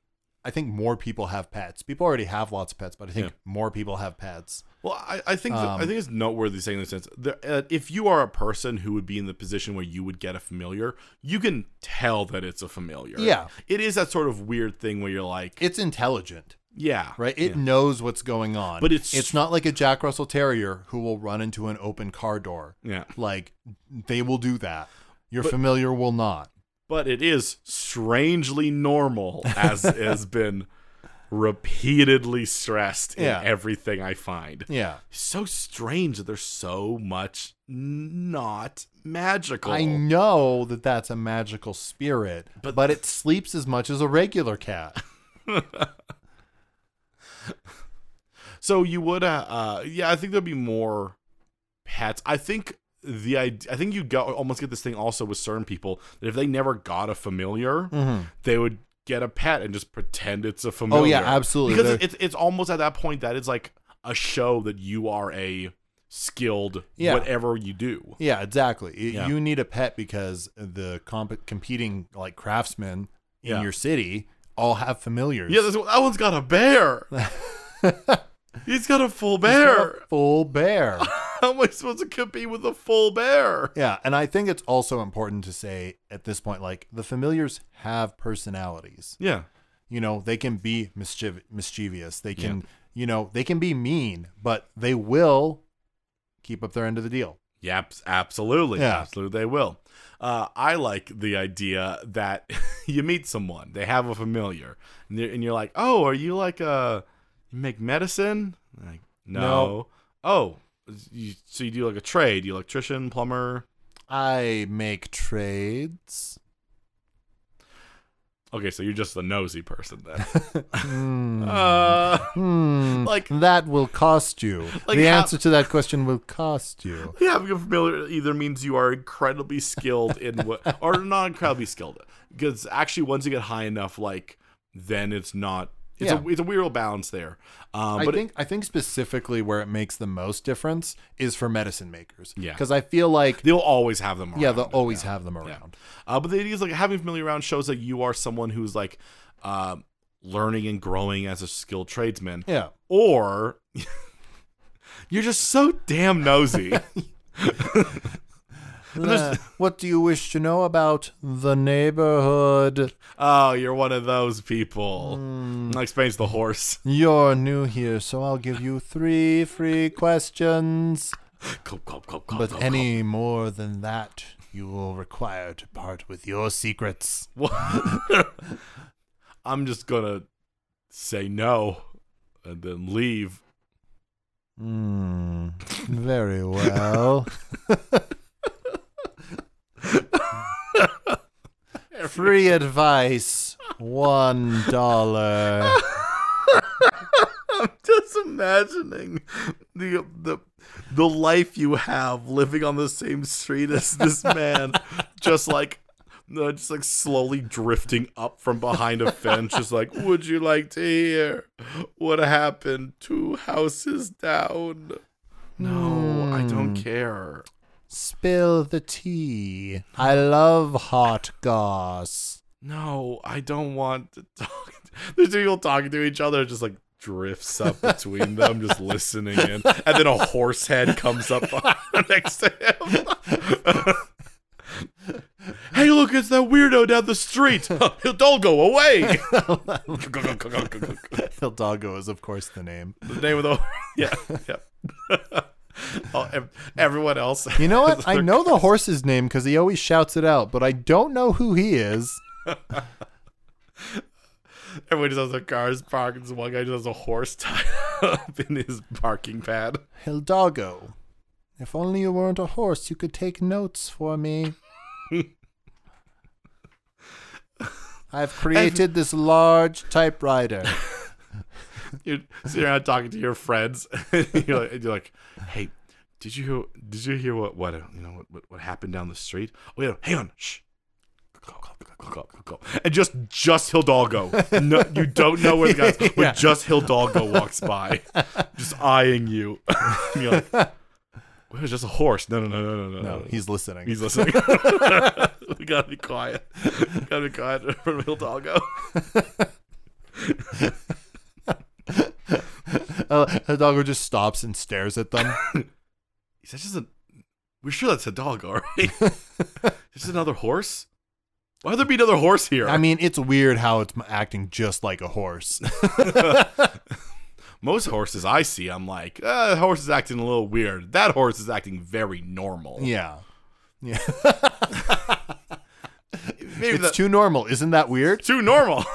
B: I think more people have pets. People already have lots of pets, but I think
C: Yeah.
B: more people have pets.
C: Well, I, I think that-
B: Um,
C: I think it's noteworthy saying this sense. There, uh, if you are a person who would be in the position where you would get a familiar, you can tell that it's a familiar.
B: Yeah.
C: it is that sort of weird thing where you're like,
B: It's intelligent.
C: yeah,
B: right? It knows what's going on.
C: But it's-
B: it's not like a Jack Russell Terrier who will run into an open car door.
C: yeah.
B: Like they will do that. Your
C: But-
B: familiar will not.
C: but it is strangely normal
B: <laughs>
C: as has been repeatedly stressed
B: Yeah.
C: in everything I find.
B: Yeah.
C: So strange that there's so much not magical.
B: I know that that's a magical spirit,
C: But-
B: but, it sleeps as much as a regular cat.
C: So you would, uh, uh, yeah, I think there'd be more pets. I think the id- I think you go almost get this thing also with certain people that if they never got a familiar, they would get a pet and just pretend it's a familiar.
B: Oh yeah, absolutely.
C: Because
B: They're-
C: it's it's almost at that point that it's like a show that you are a skilled
B: Yeah.
C: whatever you do.
B: yeah, exactly. Y-
C: Yeah.
B: You need a pet because the comp- competing like craftsmen in
C: Yeah.
B: your city all have familiars. <laughs>
C: Yeah, this, that one's got a bear. He's got a full bear. <laughs>
B: full bear.
C: How am I supposed to compete with a full bear?
B: yeah, and I think it's also important to say at this point, like the familiars have personalities.
C: Yeah.
B: you know they can be mischief- mischievous they can you know they can be mean but they will keep up their end of the deal
C: Yep, absolutely.
B: Yeah.
C: Absolutely, they will. Uh, I like the idea that <laughs> you meet someone, they have a familiar, and, they're- and you're like, oh, are you like a, you make medicine? Like, no.
B: No.
C: Oh, you, so you do like a trade, you electrician, plumber.
B: i make trades
C: Okay, so you're just a nosy person then. <laughs>
B: Hmm.
C: uh,
B: Hmm.
C: like-
B: that will cost you
C: Like
B: the
C: how-
B: answer to that question will cost you
C: <laughs> yeah, having a familiar either means you are incredibly skilled in what, or not incredibly skilled, because actually once you get high enough, like then it's not. It's
B: Yeah.
C: a it's a weird balance there. Um,
B: I
C: but it-
B: think I think specifically where it makes the most difference is for medicine makers.
C: Yeah.
B: because I feel like
C: they'll always have them. Around.
B: yeah they'll always have them around.
C: Uh, but the idea is like having familiar around shows that you are someone who's like uh, learning and growing as a skilled tradesman,
B: Yeah,
C: or <laughs> you're just so damn nosy.
B: Uh, <laughs> what do you wish to know about the neighborhood? Hmm.
C: oh, you're one of those people. That explains the horse. <laughs>
B: You're new here, so I'll give you three free questions.
C: Cop, cop, cop, cop,
B: But
C: cop, cop.
B: any more than that, you will require to part with your secrets.
C: What? <laughs> I'm just gonna say no and then leave.
B: Hmm. Very <laughs> well. free advice. One dollar.
C: I'm <laughs> just imagining the the the life you have living on the same street as this <laughs> man, just like no, just like slowly drifting up from behind a fence, just like, would you like to hear what happened two houses down? Hmm. No, I don't care.
B: Spill the tea. I love hot <laughs> goss.
C: No, I don't want to talk. <laughs> There's two people talking to each other, just like drifts up between them, just listening in. And then a horse head comes up <laughs> next to him. <laughs> hey, look, it's that weirdo down the street. <laughs> He'll don't go away. the
B: El Doggo is, of course, the name.
C: name of the <laughs> yeah, yeah. Oh, ev- everyone else.
B: You know <laughs> what? I know the horse's name because he always shouts it out, but I don't know who he is.
C: Everyone just has their cars parked, and one guy just has a horse tied <laughs> up in his parking pad.
B: Hildago. If only you weren't a horse, you could take notes for <laughs> me. I've created this large typewriter.
C: you're sitting around talking to your friends, <laughs> and you're, like, and you're like, "Hey, did you hear? Did you hear what what uh, you know what, what, what happened down the street? Oh yeah, hang on, shh." Go, go, go, go, go, go. And just just Hildalgo. No, you don't know where the
B: <laughs>
C: guy's, but
B: Yeah.
C: just Hildalgo walks by, <laughs> just eyeing you. <laughs> And you're like, well, it was just a horse. No, no, no, no, no, no.
B: <laughs> No, he's listening.
C: he's listening. <laughs> we gotta be quiet. We gotta be quiet from Hildalgo.
B: Uh, Hildago just stops and stares at <laughs> them.
C: Is that just a? We're sure that's a dog, all <laughs> right? Is this another horse? Why would there be another horse here?
B: I mean, it's weird how it's m- acting just like a horse. <laughs>
C: Most horses I see, I'm like, uh, the horse is acting a little weird. That horse is acting very normal.
B: yeah. Yeah.
C: Maybe
B: it's
C: that,
B: too normal. Isn't that weird?
C: too <laughs> normal.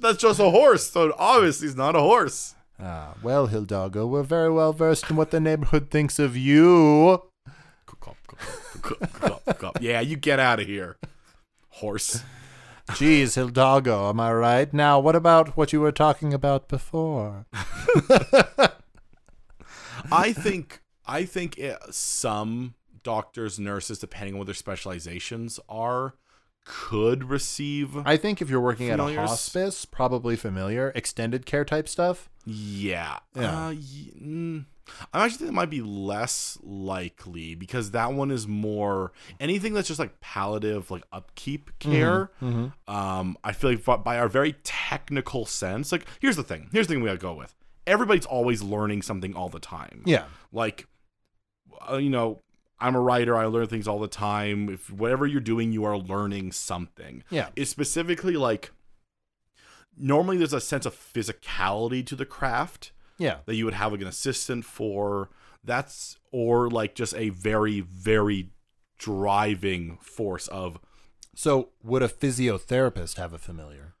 C: That's just a horse. So obviously, he's not a horse.
B: Ah, well, Hildago, we're very well versed in what the neighborhood thinks of you.
C: Cup, cup, cup, cup, cup, cup. Yeah, you get out of here, horse.
B: Jeez, Hildago, am I right? Now, what about what you were talking about before?
C: I think I think it, some doctors, nurses, depending on what their specializations are, could receive.
B: I think if you're working at a
C: Familiars?
B: hospice, probably familiar, extended care type stuff.
C: yeah. Uh,
B: Yeah.
C: y- mm, I actually think it might be less likely because that one is more anything that's just like palliative, like upkeep
B: Mm-hmm,
C: care. Um, I feel like by- by our very technical sense, like here's the thing. Here's the thing we gotta go with. Everybody's always learning something all the time.
B: Yeah.
C: like uh, you know i'm a writer i learn things all the time if whatever you're doing you are learning something
B: Yeah.
C: it's specifically like normally there's a sense of physicality to the craft
B: Yeah.
C: that you would have like an assistant for that's or like just a very very driving force of
B: So, would a physiotherapist have a familiar?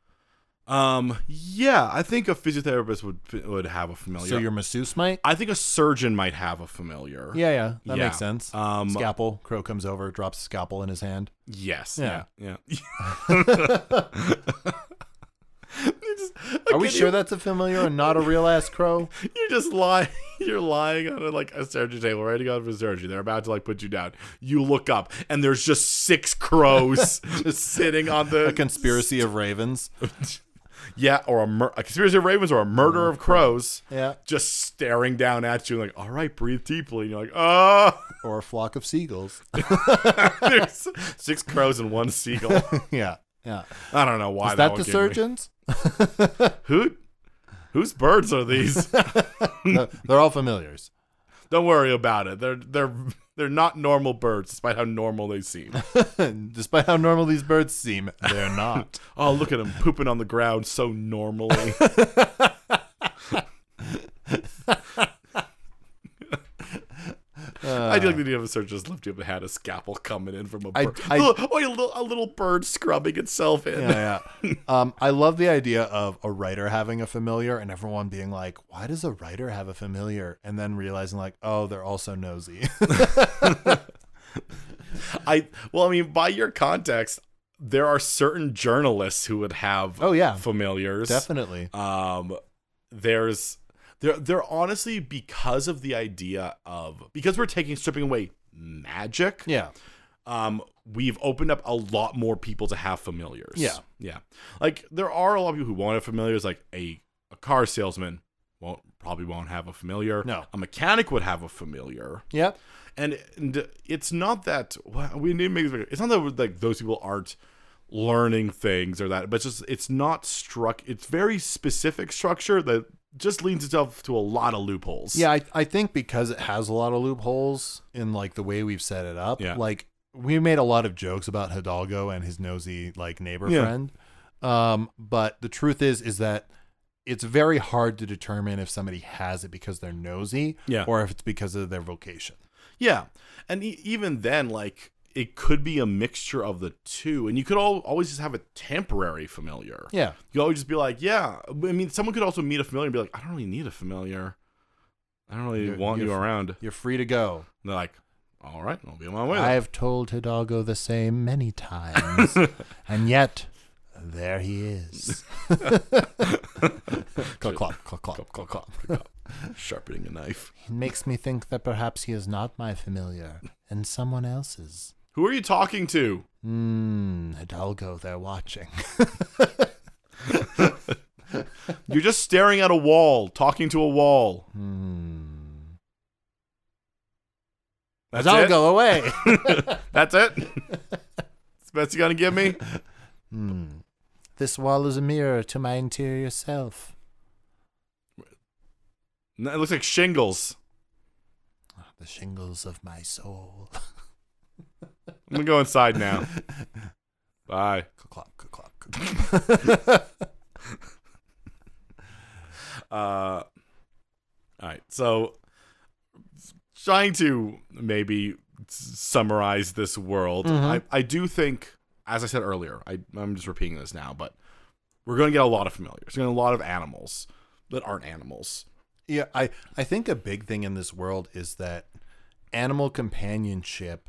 C: um yeah i think a physiotherapist would would have a familiar
B: So, your masseuse might?
C: i think a surgeon might have a familiar
B: Yeah, yeah. That
C: Yeah.
B: makes sense.
C: um
B: scalpel. Crow comes over, drops scalpel in
C: <laughs>
B: his hand.
C: Yes.
B: Yeah.
C: Yeah. Yeah.
B: Are we sure that's a familiar and not a real
C: <laughs>
B: ass crow?
C: You're just lying. <laughs> You're lying on a, like a surgery table, ready to go for surgery. They're about to like put you down. You look up, and there's just six
B: <laughs>
C: crows just <laughs> sitting on
B: A
C: the
B: conspiracy of ravens.
C: <laughs> yeah, or a, mur- a conspiracy of ravens, or a murder of crows,
B: Yeah.
C: just staring down at you, like, all right, breathe deeply. And you're like, oh, <laughs>
B: Or a flock of seagulls.
C: there's six crows and one
B: <laughs>
C: seagull.
B: <laughs> yeah. Yeah.
C: I don't know why.
B: Is that
C: one
B: the
C: gave me- <laughs>
B: surgeons?
C: Who? Whose birds are
B: <laughs>
C: these?
B: No, They're all familiars.
C: Don't worry about it. They're they're they're not normal birds, despite how normal they seem.
B: <laughs> Despite how normal these birds seem, <laughs> they're not.
C: oh, look at them pooping on the ground so
B: <laughs>
C: normally. I do like the idea of a surgeon just lifting up and had a scalpel coming in from a
B: Uh. I-
C: bird.
B: I-
C: Look, <gasps> oh, a little, a little bird scrubbing itself in.
B: yeah, yeah. Um, I love the idea of a writer having a familiar and everyone being like, why does a writer have a familiar? And then realizing, like, oh, they're also nosy.
C: <laughs>
B: <laughs>
C: I well, I mean, by your context, there are certain journalists who would have
B: oh, yeah.
C: familiars.
B: Definitely.
C: um there's there there honestly because of the idea of because we're taking stripping away magic
B: Yeah.
C: um we've opened up a lot more people to have familiars
B: Yeah.
C: yeah like there are a lot of people who won't have familiars like a a car salesman won't probably won't have a familiar
B: No.
C: a mechanic would have a familiar
B: Yep.
C: and, and it's not that well, we need to make it- it's not that like those people aren't learning things or that but it's just it's not struck it's very specific structure that just leans itself to a lot of loopholes
B: Yeah, I, I think because it has a lot of loopholes in like the way we've set it up.
C: Yeah.
B: Like we made a lot of jokes about Hidalgo and his nosy like neighbor
A: Yeah.
B: friend. Um, but the truth is is that it's very hard to determine if somebody has it because they're nosy
C: Yeah.
B: or if it's because of their vocation.
C: yeah and e- even then like it could be a mixture of the two and you could all always just have a temporary familiar
B: Yeah.
C: you always just be like yeah i mean someone could also meet a familiar and be like i don't really need a familiar i don't really
B: You're-
C: want you
B: you're-
C: around and
B: You're free to go.
C: they're like all right i'll be on my way then."
B: I've told Hidalgo the same many times. and yet there he is. <laughs> cluck, cluck, cluck, cluck.
C: Clop, clop, clop, clop. <laughs> Sharpening a knife.
B: It makes me think that perhaps he is not my familiar and someone else's.
C: Who are you talking to?
B: Hmm, Hidalgo, they're watching. <laughs>
C: You're just staring at a wall, talking to a wall.
B: Hmm.
C: That's
B: Hidalgo, away!
C: it. That's <laughs> it. That's the best you gonna give me.
B: Hmm. This wall is a mirror to my interior self.
C: No, It looks like shingles.
B: Ah, The shingles of my soul.
C: I'm gonna go inside <laughs> now. Bye.
B: <laughs> Clock, clock, clock.
C: Uh, all right. So, trying to maybe s- summarize this world.
B: Mm-hmm.
C: I, I do think, as I said earlier, I, I'm just repeating this now, but we're going to get a lot of familiars, going to get a lot of animals that aren't animals.
B: <laughs> Yeah, I I think a big thing in this world is that animal companionship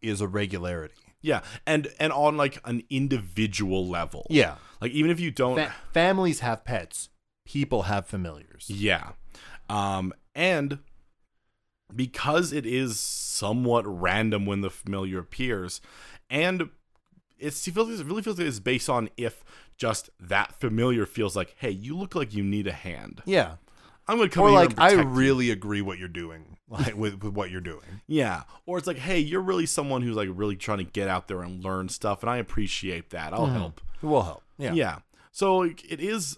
B: is a regularity.
C: Yeah, and and on like an individual level.
B: Yeah,
C: like even if you don't. <sighs>
B: Fa- families have pets. People have familiars.
C: Yeah. Um, and because it is somewhat random when the familiar appears, and it's, it, feels, it really feels like it's based on if just that familiar feels like, hey, you look like you need a hand.
B: Yeah,
C: I'm going to come
B: or
C: in here
B: like
C: and
B: I
C: protect you."
B: really agree what you're doing, <laughs> like with, with what you're doing.
C: Yeah. Or it's like, hey, you're really someone who's like really trying to get out there and learn stuff, and I appreciate that.
B: Mm.
C: I'll help.
B: Mm-hmm. It will help. Yeah,
C: Yeah. So like, it is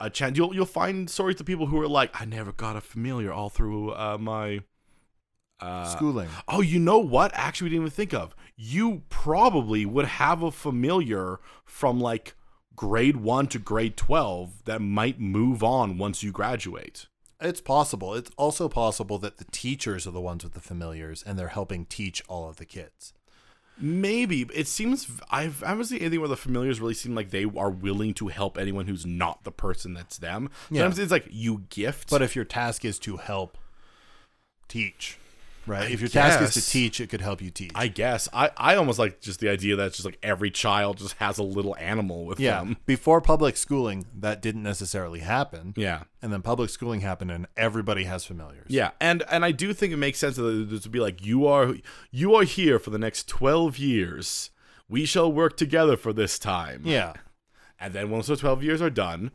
C: a chance. You'll you'll find stories of people who are like, I never got a familiar all through uh, my uh,
B: schooling.
C: Oh, you know what? Actually, we didn't even think of. You probably would have a familiar from like grade one to grade 12 that might move on once you graduate.
B: It's possible. It's also possible that the teachers are the ones with the familiars, and they're helping teach all of the kids.
C: Maybe. but It seems I've, I haven't seen anything where the familiars really seem like they are willing to help anyone who's not the person that's them.
B: Yeah.
C: Sometimes it's like you gift.
B: But if your task is to help teach, right?
C: I
B: if your task is
C: guess.
B: to teach, it could help you teach.
C: I guess I, I almost like just the idea that it's just like every child just has a little animal with
B: yeah.
C: them.
B: Before public schooling, that didn't necessarily happen.
C: Yeah.
B: And then public schooling happened, and everybody has familiars.
C: Yeah, and and I do think it makes sense that it- to be like you are you are here for the next twelve years. We shall work together for this time.
B: Yeah.
C: and then once those twelve years are done,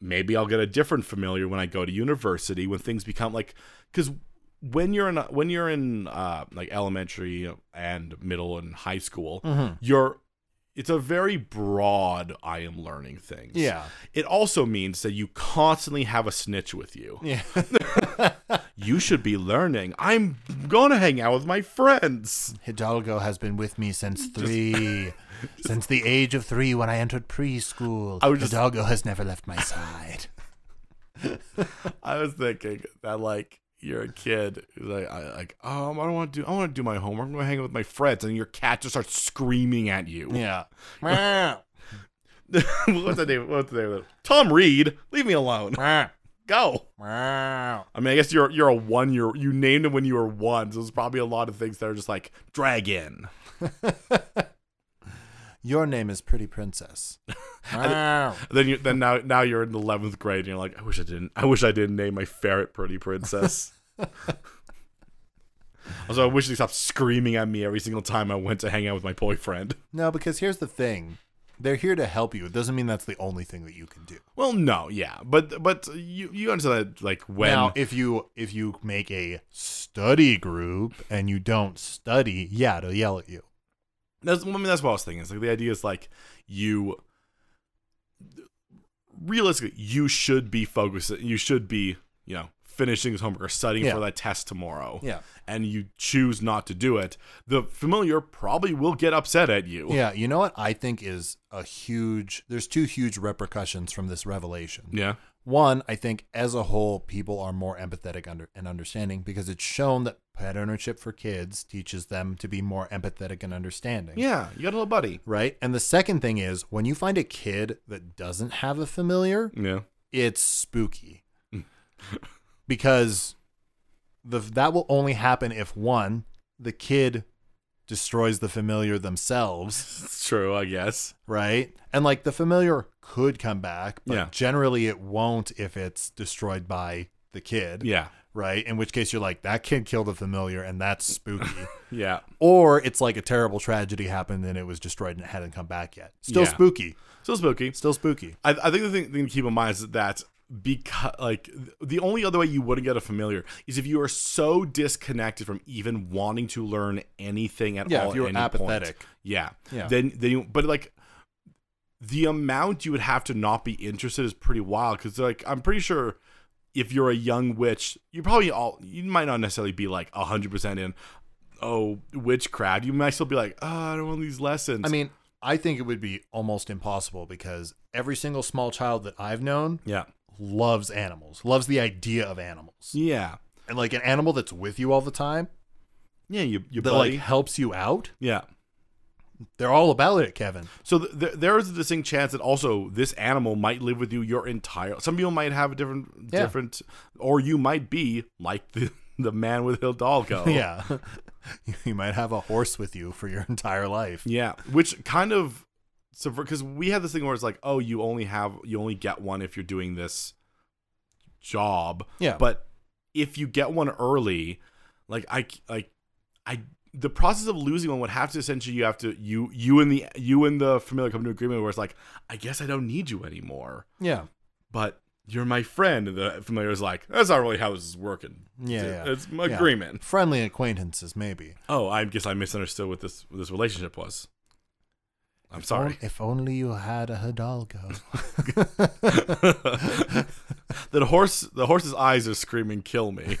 C: maybe I'll get a different familiar when I go to university. When things become like because when you're in when you're in uh, like elementary and middle and high school, you're it's a very broad I am learning things.
B: Yeah.
C: It also means that you constantly have a snitch with you
B: Yeah.
C: you should be learning. I'm gonna hang out with my friends.
B: Hidalgo has been with me
C: <laughs>
B: since three. since the age of three when I entered preschool.
C: I would just-
B: Hidalgo has never left
C: <laughs>
B: my side.
C: I was thinking that like you're a kid, like I like um I don't want to do I want to do my homework. I'm gonna hang out with my friends, and your cat just starts screaming at you.
B: yeah. Meow.
C: <laughs> what's the name? What's the name? Of it? Tom Reed. Leave me alone. <laughs>
B: Meow.
C: Go.
B: Meow.
C: I mean, I guess you're you're a one. You're you named him when you were one, so there's probably a lot of things that are just like dragon.
B: Your name is
C: <laughs>
B: Pretty Princess. Meow.
C: Then you then now now you're in the eleventh grade, and you're like, I wish I didn't. I wish I didn't name my ferret Pretty Princess. also, I wish they stopped screaming at me every single time I went to hang out with my boyfriend.
B: no, because here's the thing. They're here to help you. It doesn't mean that's the only thing that you can do.
C: Well, no, yeah, but but you you understand that like when
B: now, if you if you make a study group and you don't study, yeah, they'll yell at you.
C: that's well, I mean that's what I was thinking. It's like the idea is like you realistically you should be focusing. You should be you know finishing his homework or studying
B: Yeah.
C: for that test tomorrow.
B: Yeah.
C: and you choose not to do it, the familiar probably will get upset at you.
B: Yeah, you know what I think is a huge there's two huge repercussions from this revelation.
C: Yeah.
B: One, I think as a whole people are more empathetic under and understanding because it's shown that pet ownership for kids teaches them to be more empathetic and understanding.
C: Yeah. You got a little buddy.
B: Right? And the second thing is when you find a kid that doesn't have a familiar,
C: Yeah.
B: it's spooky
C: Mm.
B: <laughs> because the that will only happen if one the kid destroys the familiar themselves
C: It's true, I guess.
B: right and like the familiar could come back but
C: Yeah.
B: generally it won't if it's destroyed by the kid
C: Yeah.
B: right in which case you're like that kid killed a familiar and that's spooky <laughs>
C: Yeah.
B: or it's like a terrible tragedy happened and it was destroyed and it hadn't come back yet still
C: Yeah.
B: spooky
C: Still spooky.
B: still spooky
C: I, I think the thing, thing to keep in mind is that because like th- the only other way you wouldn't get a familiar is if you are so disconnected from even wanting to learn anything at
B: Yeah,
C: all
B: if you
C: at
B: were
C: any point.
B: apathetic.
C: yeah
B: Yeah.
C: then then you but like the amount you would have to not be interested is pretty wild because like i'm pretty sure if you're a young witch you probably all you might not necessarily be like 100% in oh witchcraft you might still be like oh i don't want these lessons
B: I mean, I think it would be almost impossible because every single small child that I've known
C: yeah
B: loves animals, loves the idea of animals.
C: yeah
B: And like an animal that's with you all the time,
C: Yeah, you, you
B: that
C: buddy.
B: like helps you out.
C: yeah.
B: They're all about it, Kevin.
C: So th- th- there is a distinct chance that also this animal might live with you your entire. Some people might have a different,
B: Yeah.
C: different, or you might be like the the man with Hidalgo.
B: <laughs> Yeah. you might have a horse with you for your entire life.
C: yeah. Which kind of subvert because we had this thing where it's like, oh, you only have you only get one if you're doing this job.
B: Yeah.
C: But if you get one early, like I c- like I the process of losing one would have to essentially you have to you you and the you and the familiar come to agreement where it's like, I guess I don't need you anymore.
B: yeah.
C: but you're my friend. And the familiar is like, that's not really how this is working.
B: Yeah,
C: It's-
B: yeah.
C: It's my
B: Yeah.
C: agreement.
B: Friendly acquaintances, maybe.
C: Oh, I guess I misunderstood what this what this relationship was. I'm sorry.
B: If only you had a Hidalgo.
C: <laughs> the horse the horse's eyes are screaming, kill me.
B: <laughs> <laughs>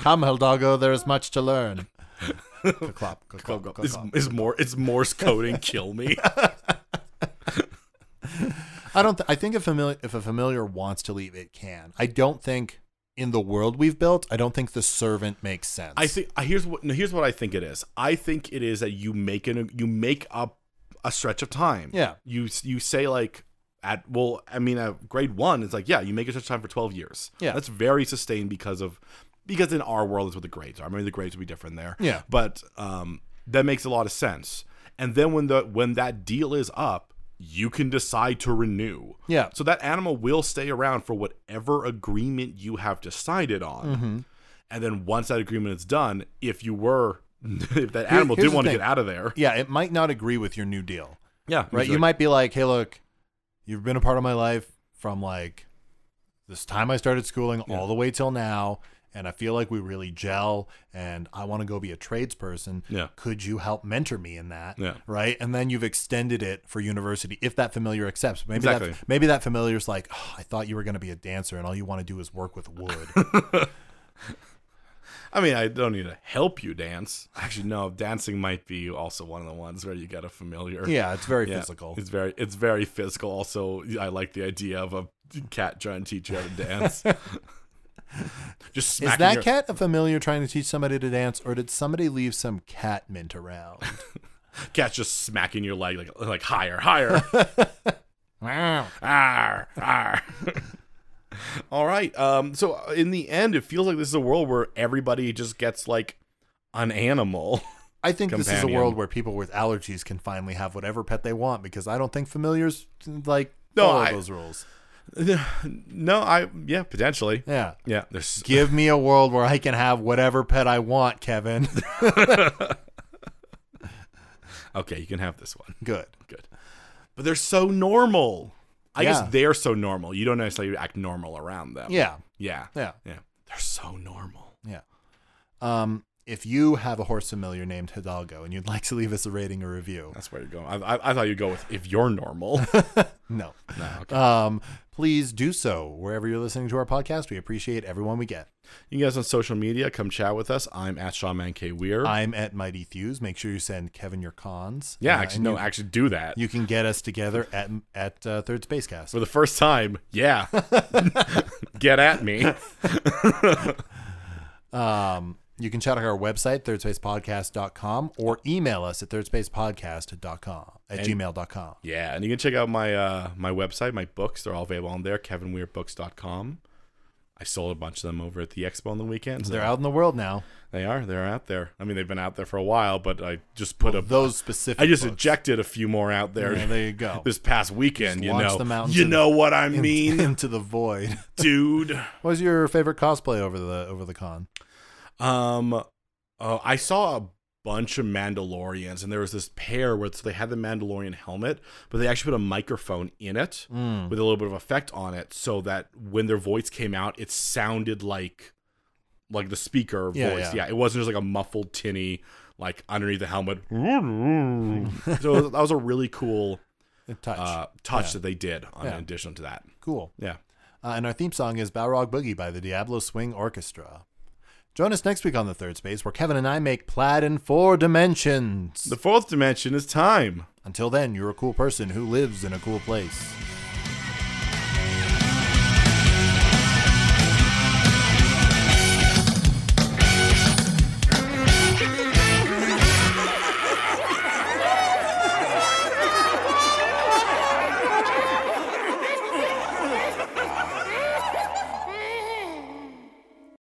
B: Come, Hidalgo, there is much to <laughs> learn. <laughs> Clop, clop, clop, clop,
C: It's,
B: clop.
C: it's more it's Morse coding, kill
B: <laughs>
C: me.
B: I don't. Th- I think if familiar if a familiar wants to leave, it can. I don't think in the world we've built, I don't think the servant makes sense.
C: I think I- here's what no, here's what I think it is. I think it is that you make an you make up a stretch of time.
B: Yeah.
C: You s- you say like at well, I mean at grade one, it's like yeah, you make a stretch of time for twelve years.
B: Yeah.
C: that's very sustained because of because in our world it's what the grades are. I mean the grades would be different there.
B: Yeah.
C: but um, that makes a lot of sense. And then when the when that deal is up, you can decide to renew.
B: Yeah.
C: So that animal will stay around for whatever agreement you have decided on.
B: Mm-hmm.
C: And then once that agreement is done, if you were, <laughs> if that animal
B: here's
C: did
B: the
C: want to
B: thing.
C: get out of there,
B: Yeah, it might not agree with your new deal.
C: yeah,
B: right? You might be like, hey, look, you've been a part of my life from like this time I started schooling all the way till now. And I feel like we really gel, and I want to go be a tradesperson.
C: Yeah.
B: Could you help mentor me in that?
C: Yeah.
B: Right. And then you've extended it for university if that familiar accepts. Maybe
C: Exactly.
B: that maybe that familiar's like, "Oh, I thought you were going to be a dancer, and all you want to do is work with
C: <laughs>
B: wood.
C: I mean, I don't need to help you dance. Actually, no, dancing might be also one of the ones where you get a familiar.
B: yeah, it's very
C: Yeah.
B: physical.
C: It's very, it's very physical. Also, I like the idea of a cat trying to teach you how to
B: <laughs>
C: dance. Just
B: Is
C: smacking
B: that
C: your-
B: cat a familiar trying to teach somebody to dance, or did somebody leave some cat mint around?
C: cat's just smacking your leg like like higher,
B: <laughs>
C: higher.
B: wow.
C: Arr, arr. All right. Um. So uh, in the end, it feels like this is a world where everybody just gets like an animal. <laughs>
B: I think this is a
C: companion.
B: world where people with allergies can finally have whatever pet they want because I don't think familiars like
C: No,
B: follow
C: I-
B: those rules.
C: no, I yeah, potentially.
B: Yeah.
C: Yeah. There's
B: Give me a world where I can have whatever pet I want, Kevin. <laughs>
C: okay. You can have this one. <laughs>
B: Good.
C: Good. But they're so normal. I
B: Yeah.
C: guess they're so normal. You don't necessarily act normal around them.
B: Yeah.
C: Yeah.
B: Yeah.
C: Yeah. They're so normal.
B: Yeah. Um, if you have a horse familiar named Hidalgo and you'd <laughs> like to leave us a rating or review,
C: That's where you're going. I, I, I thought you'd go with if you're normal.
B: no.
C: no, okay.
B: Um, please do so wherever you're listening to our podcast. We appreciate everyone we get.
C: You guys on social media, come chat with us. I'm at Shawman K. Weir.
B: I'm at Mighty Thews. Make sure you send Kevin your cons.
C: yeah,
B: Uh,
C: actually,
B: and
C: no,
B: you,
C: actually do that.
B: you can get us together at at uh, Third Spacecast.
C: for the first time, yeah. <laughs> Get at me.
B: Um, you can check out our website, thirdspacepodcast.com, or email us at thirdspacepodcast.com, at gmail.com.
C: Yeah, and you can check out my uh, my website, my books. They're all available on there, kevinweirdbooks.com. I sold a bunch of them over at the expo on the weekend. So
B: They're out in the world now.
C: They are. They're out there. I mean, they've been out there for a while, but I just put a.
B: Those specific
C: I just
B: books.
C: ejected a few more out there
B: Oh, Yeah, there you go.
C: <laughs> this past weekend.
B: Just
C: You
B: launch
C: know,
B: them out into
C: you
B: the-
C: know what I mean,
B: <laughs> into the void.
C: dude.
B: What was your favorite cosplay over the over the con?
C: Um, oh, I saw a bunch of Mandalorians, and there was this pair where so they had the Mandalorian helmet, but they actually put a microphone in it with a little bit of effect on it, so that when their voice came out, it sounded like like the speaker
B: Yeah,
C: voice.
B: yeah.
C: Yeah. it wasn't just like a muffled tinny like underneath the <laughs> helmet. so that was a really cool
B: A Touch.
C: uh, touch that they did on
B: Yeah.
C: in addition to that.
B: cool.
C: Yeah.
B: Uh, and our theme song is Balrog Boogie by the Diablo Swing Orchestra. Join us next week on The Third Space, where Kevin and I make plaid in four dimensions.
C: The fourth dimension is time.
B: Until then, you're a cool person who lives in a cool place.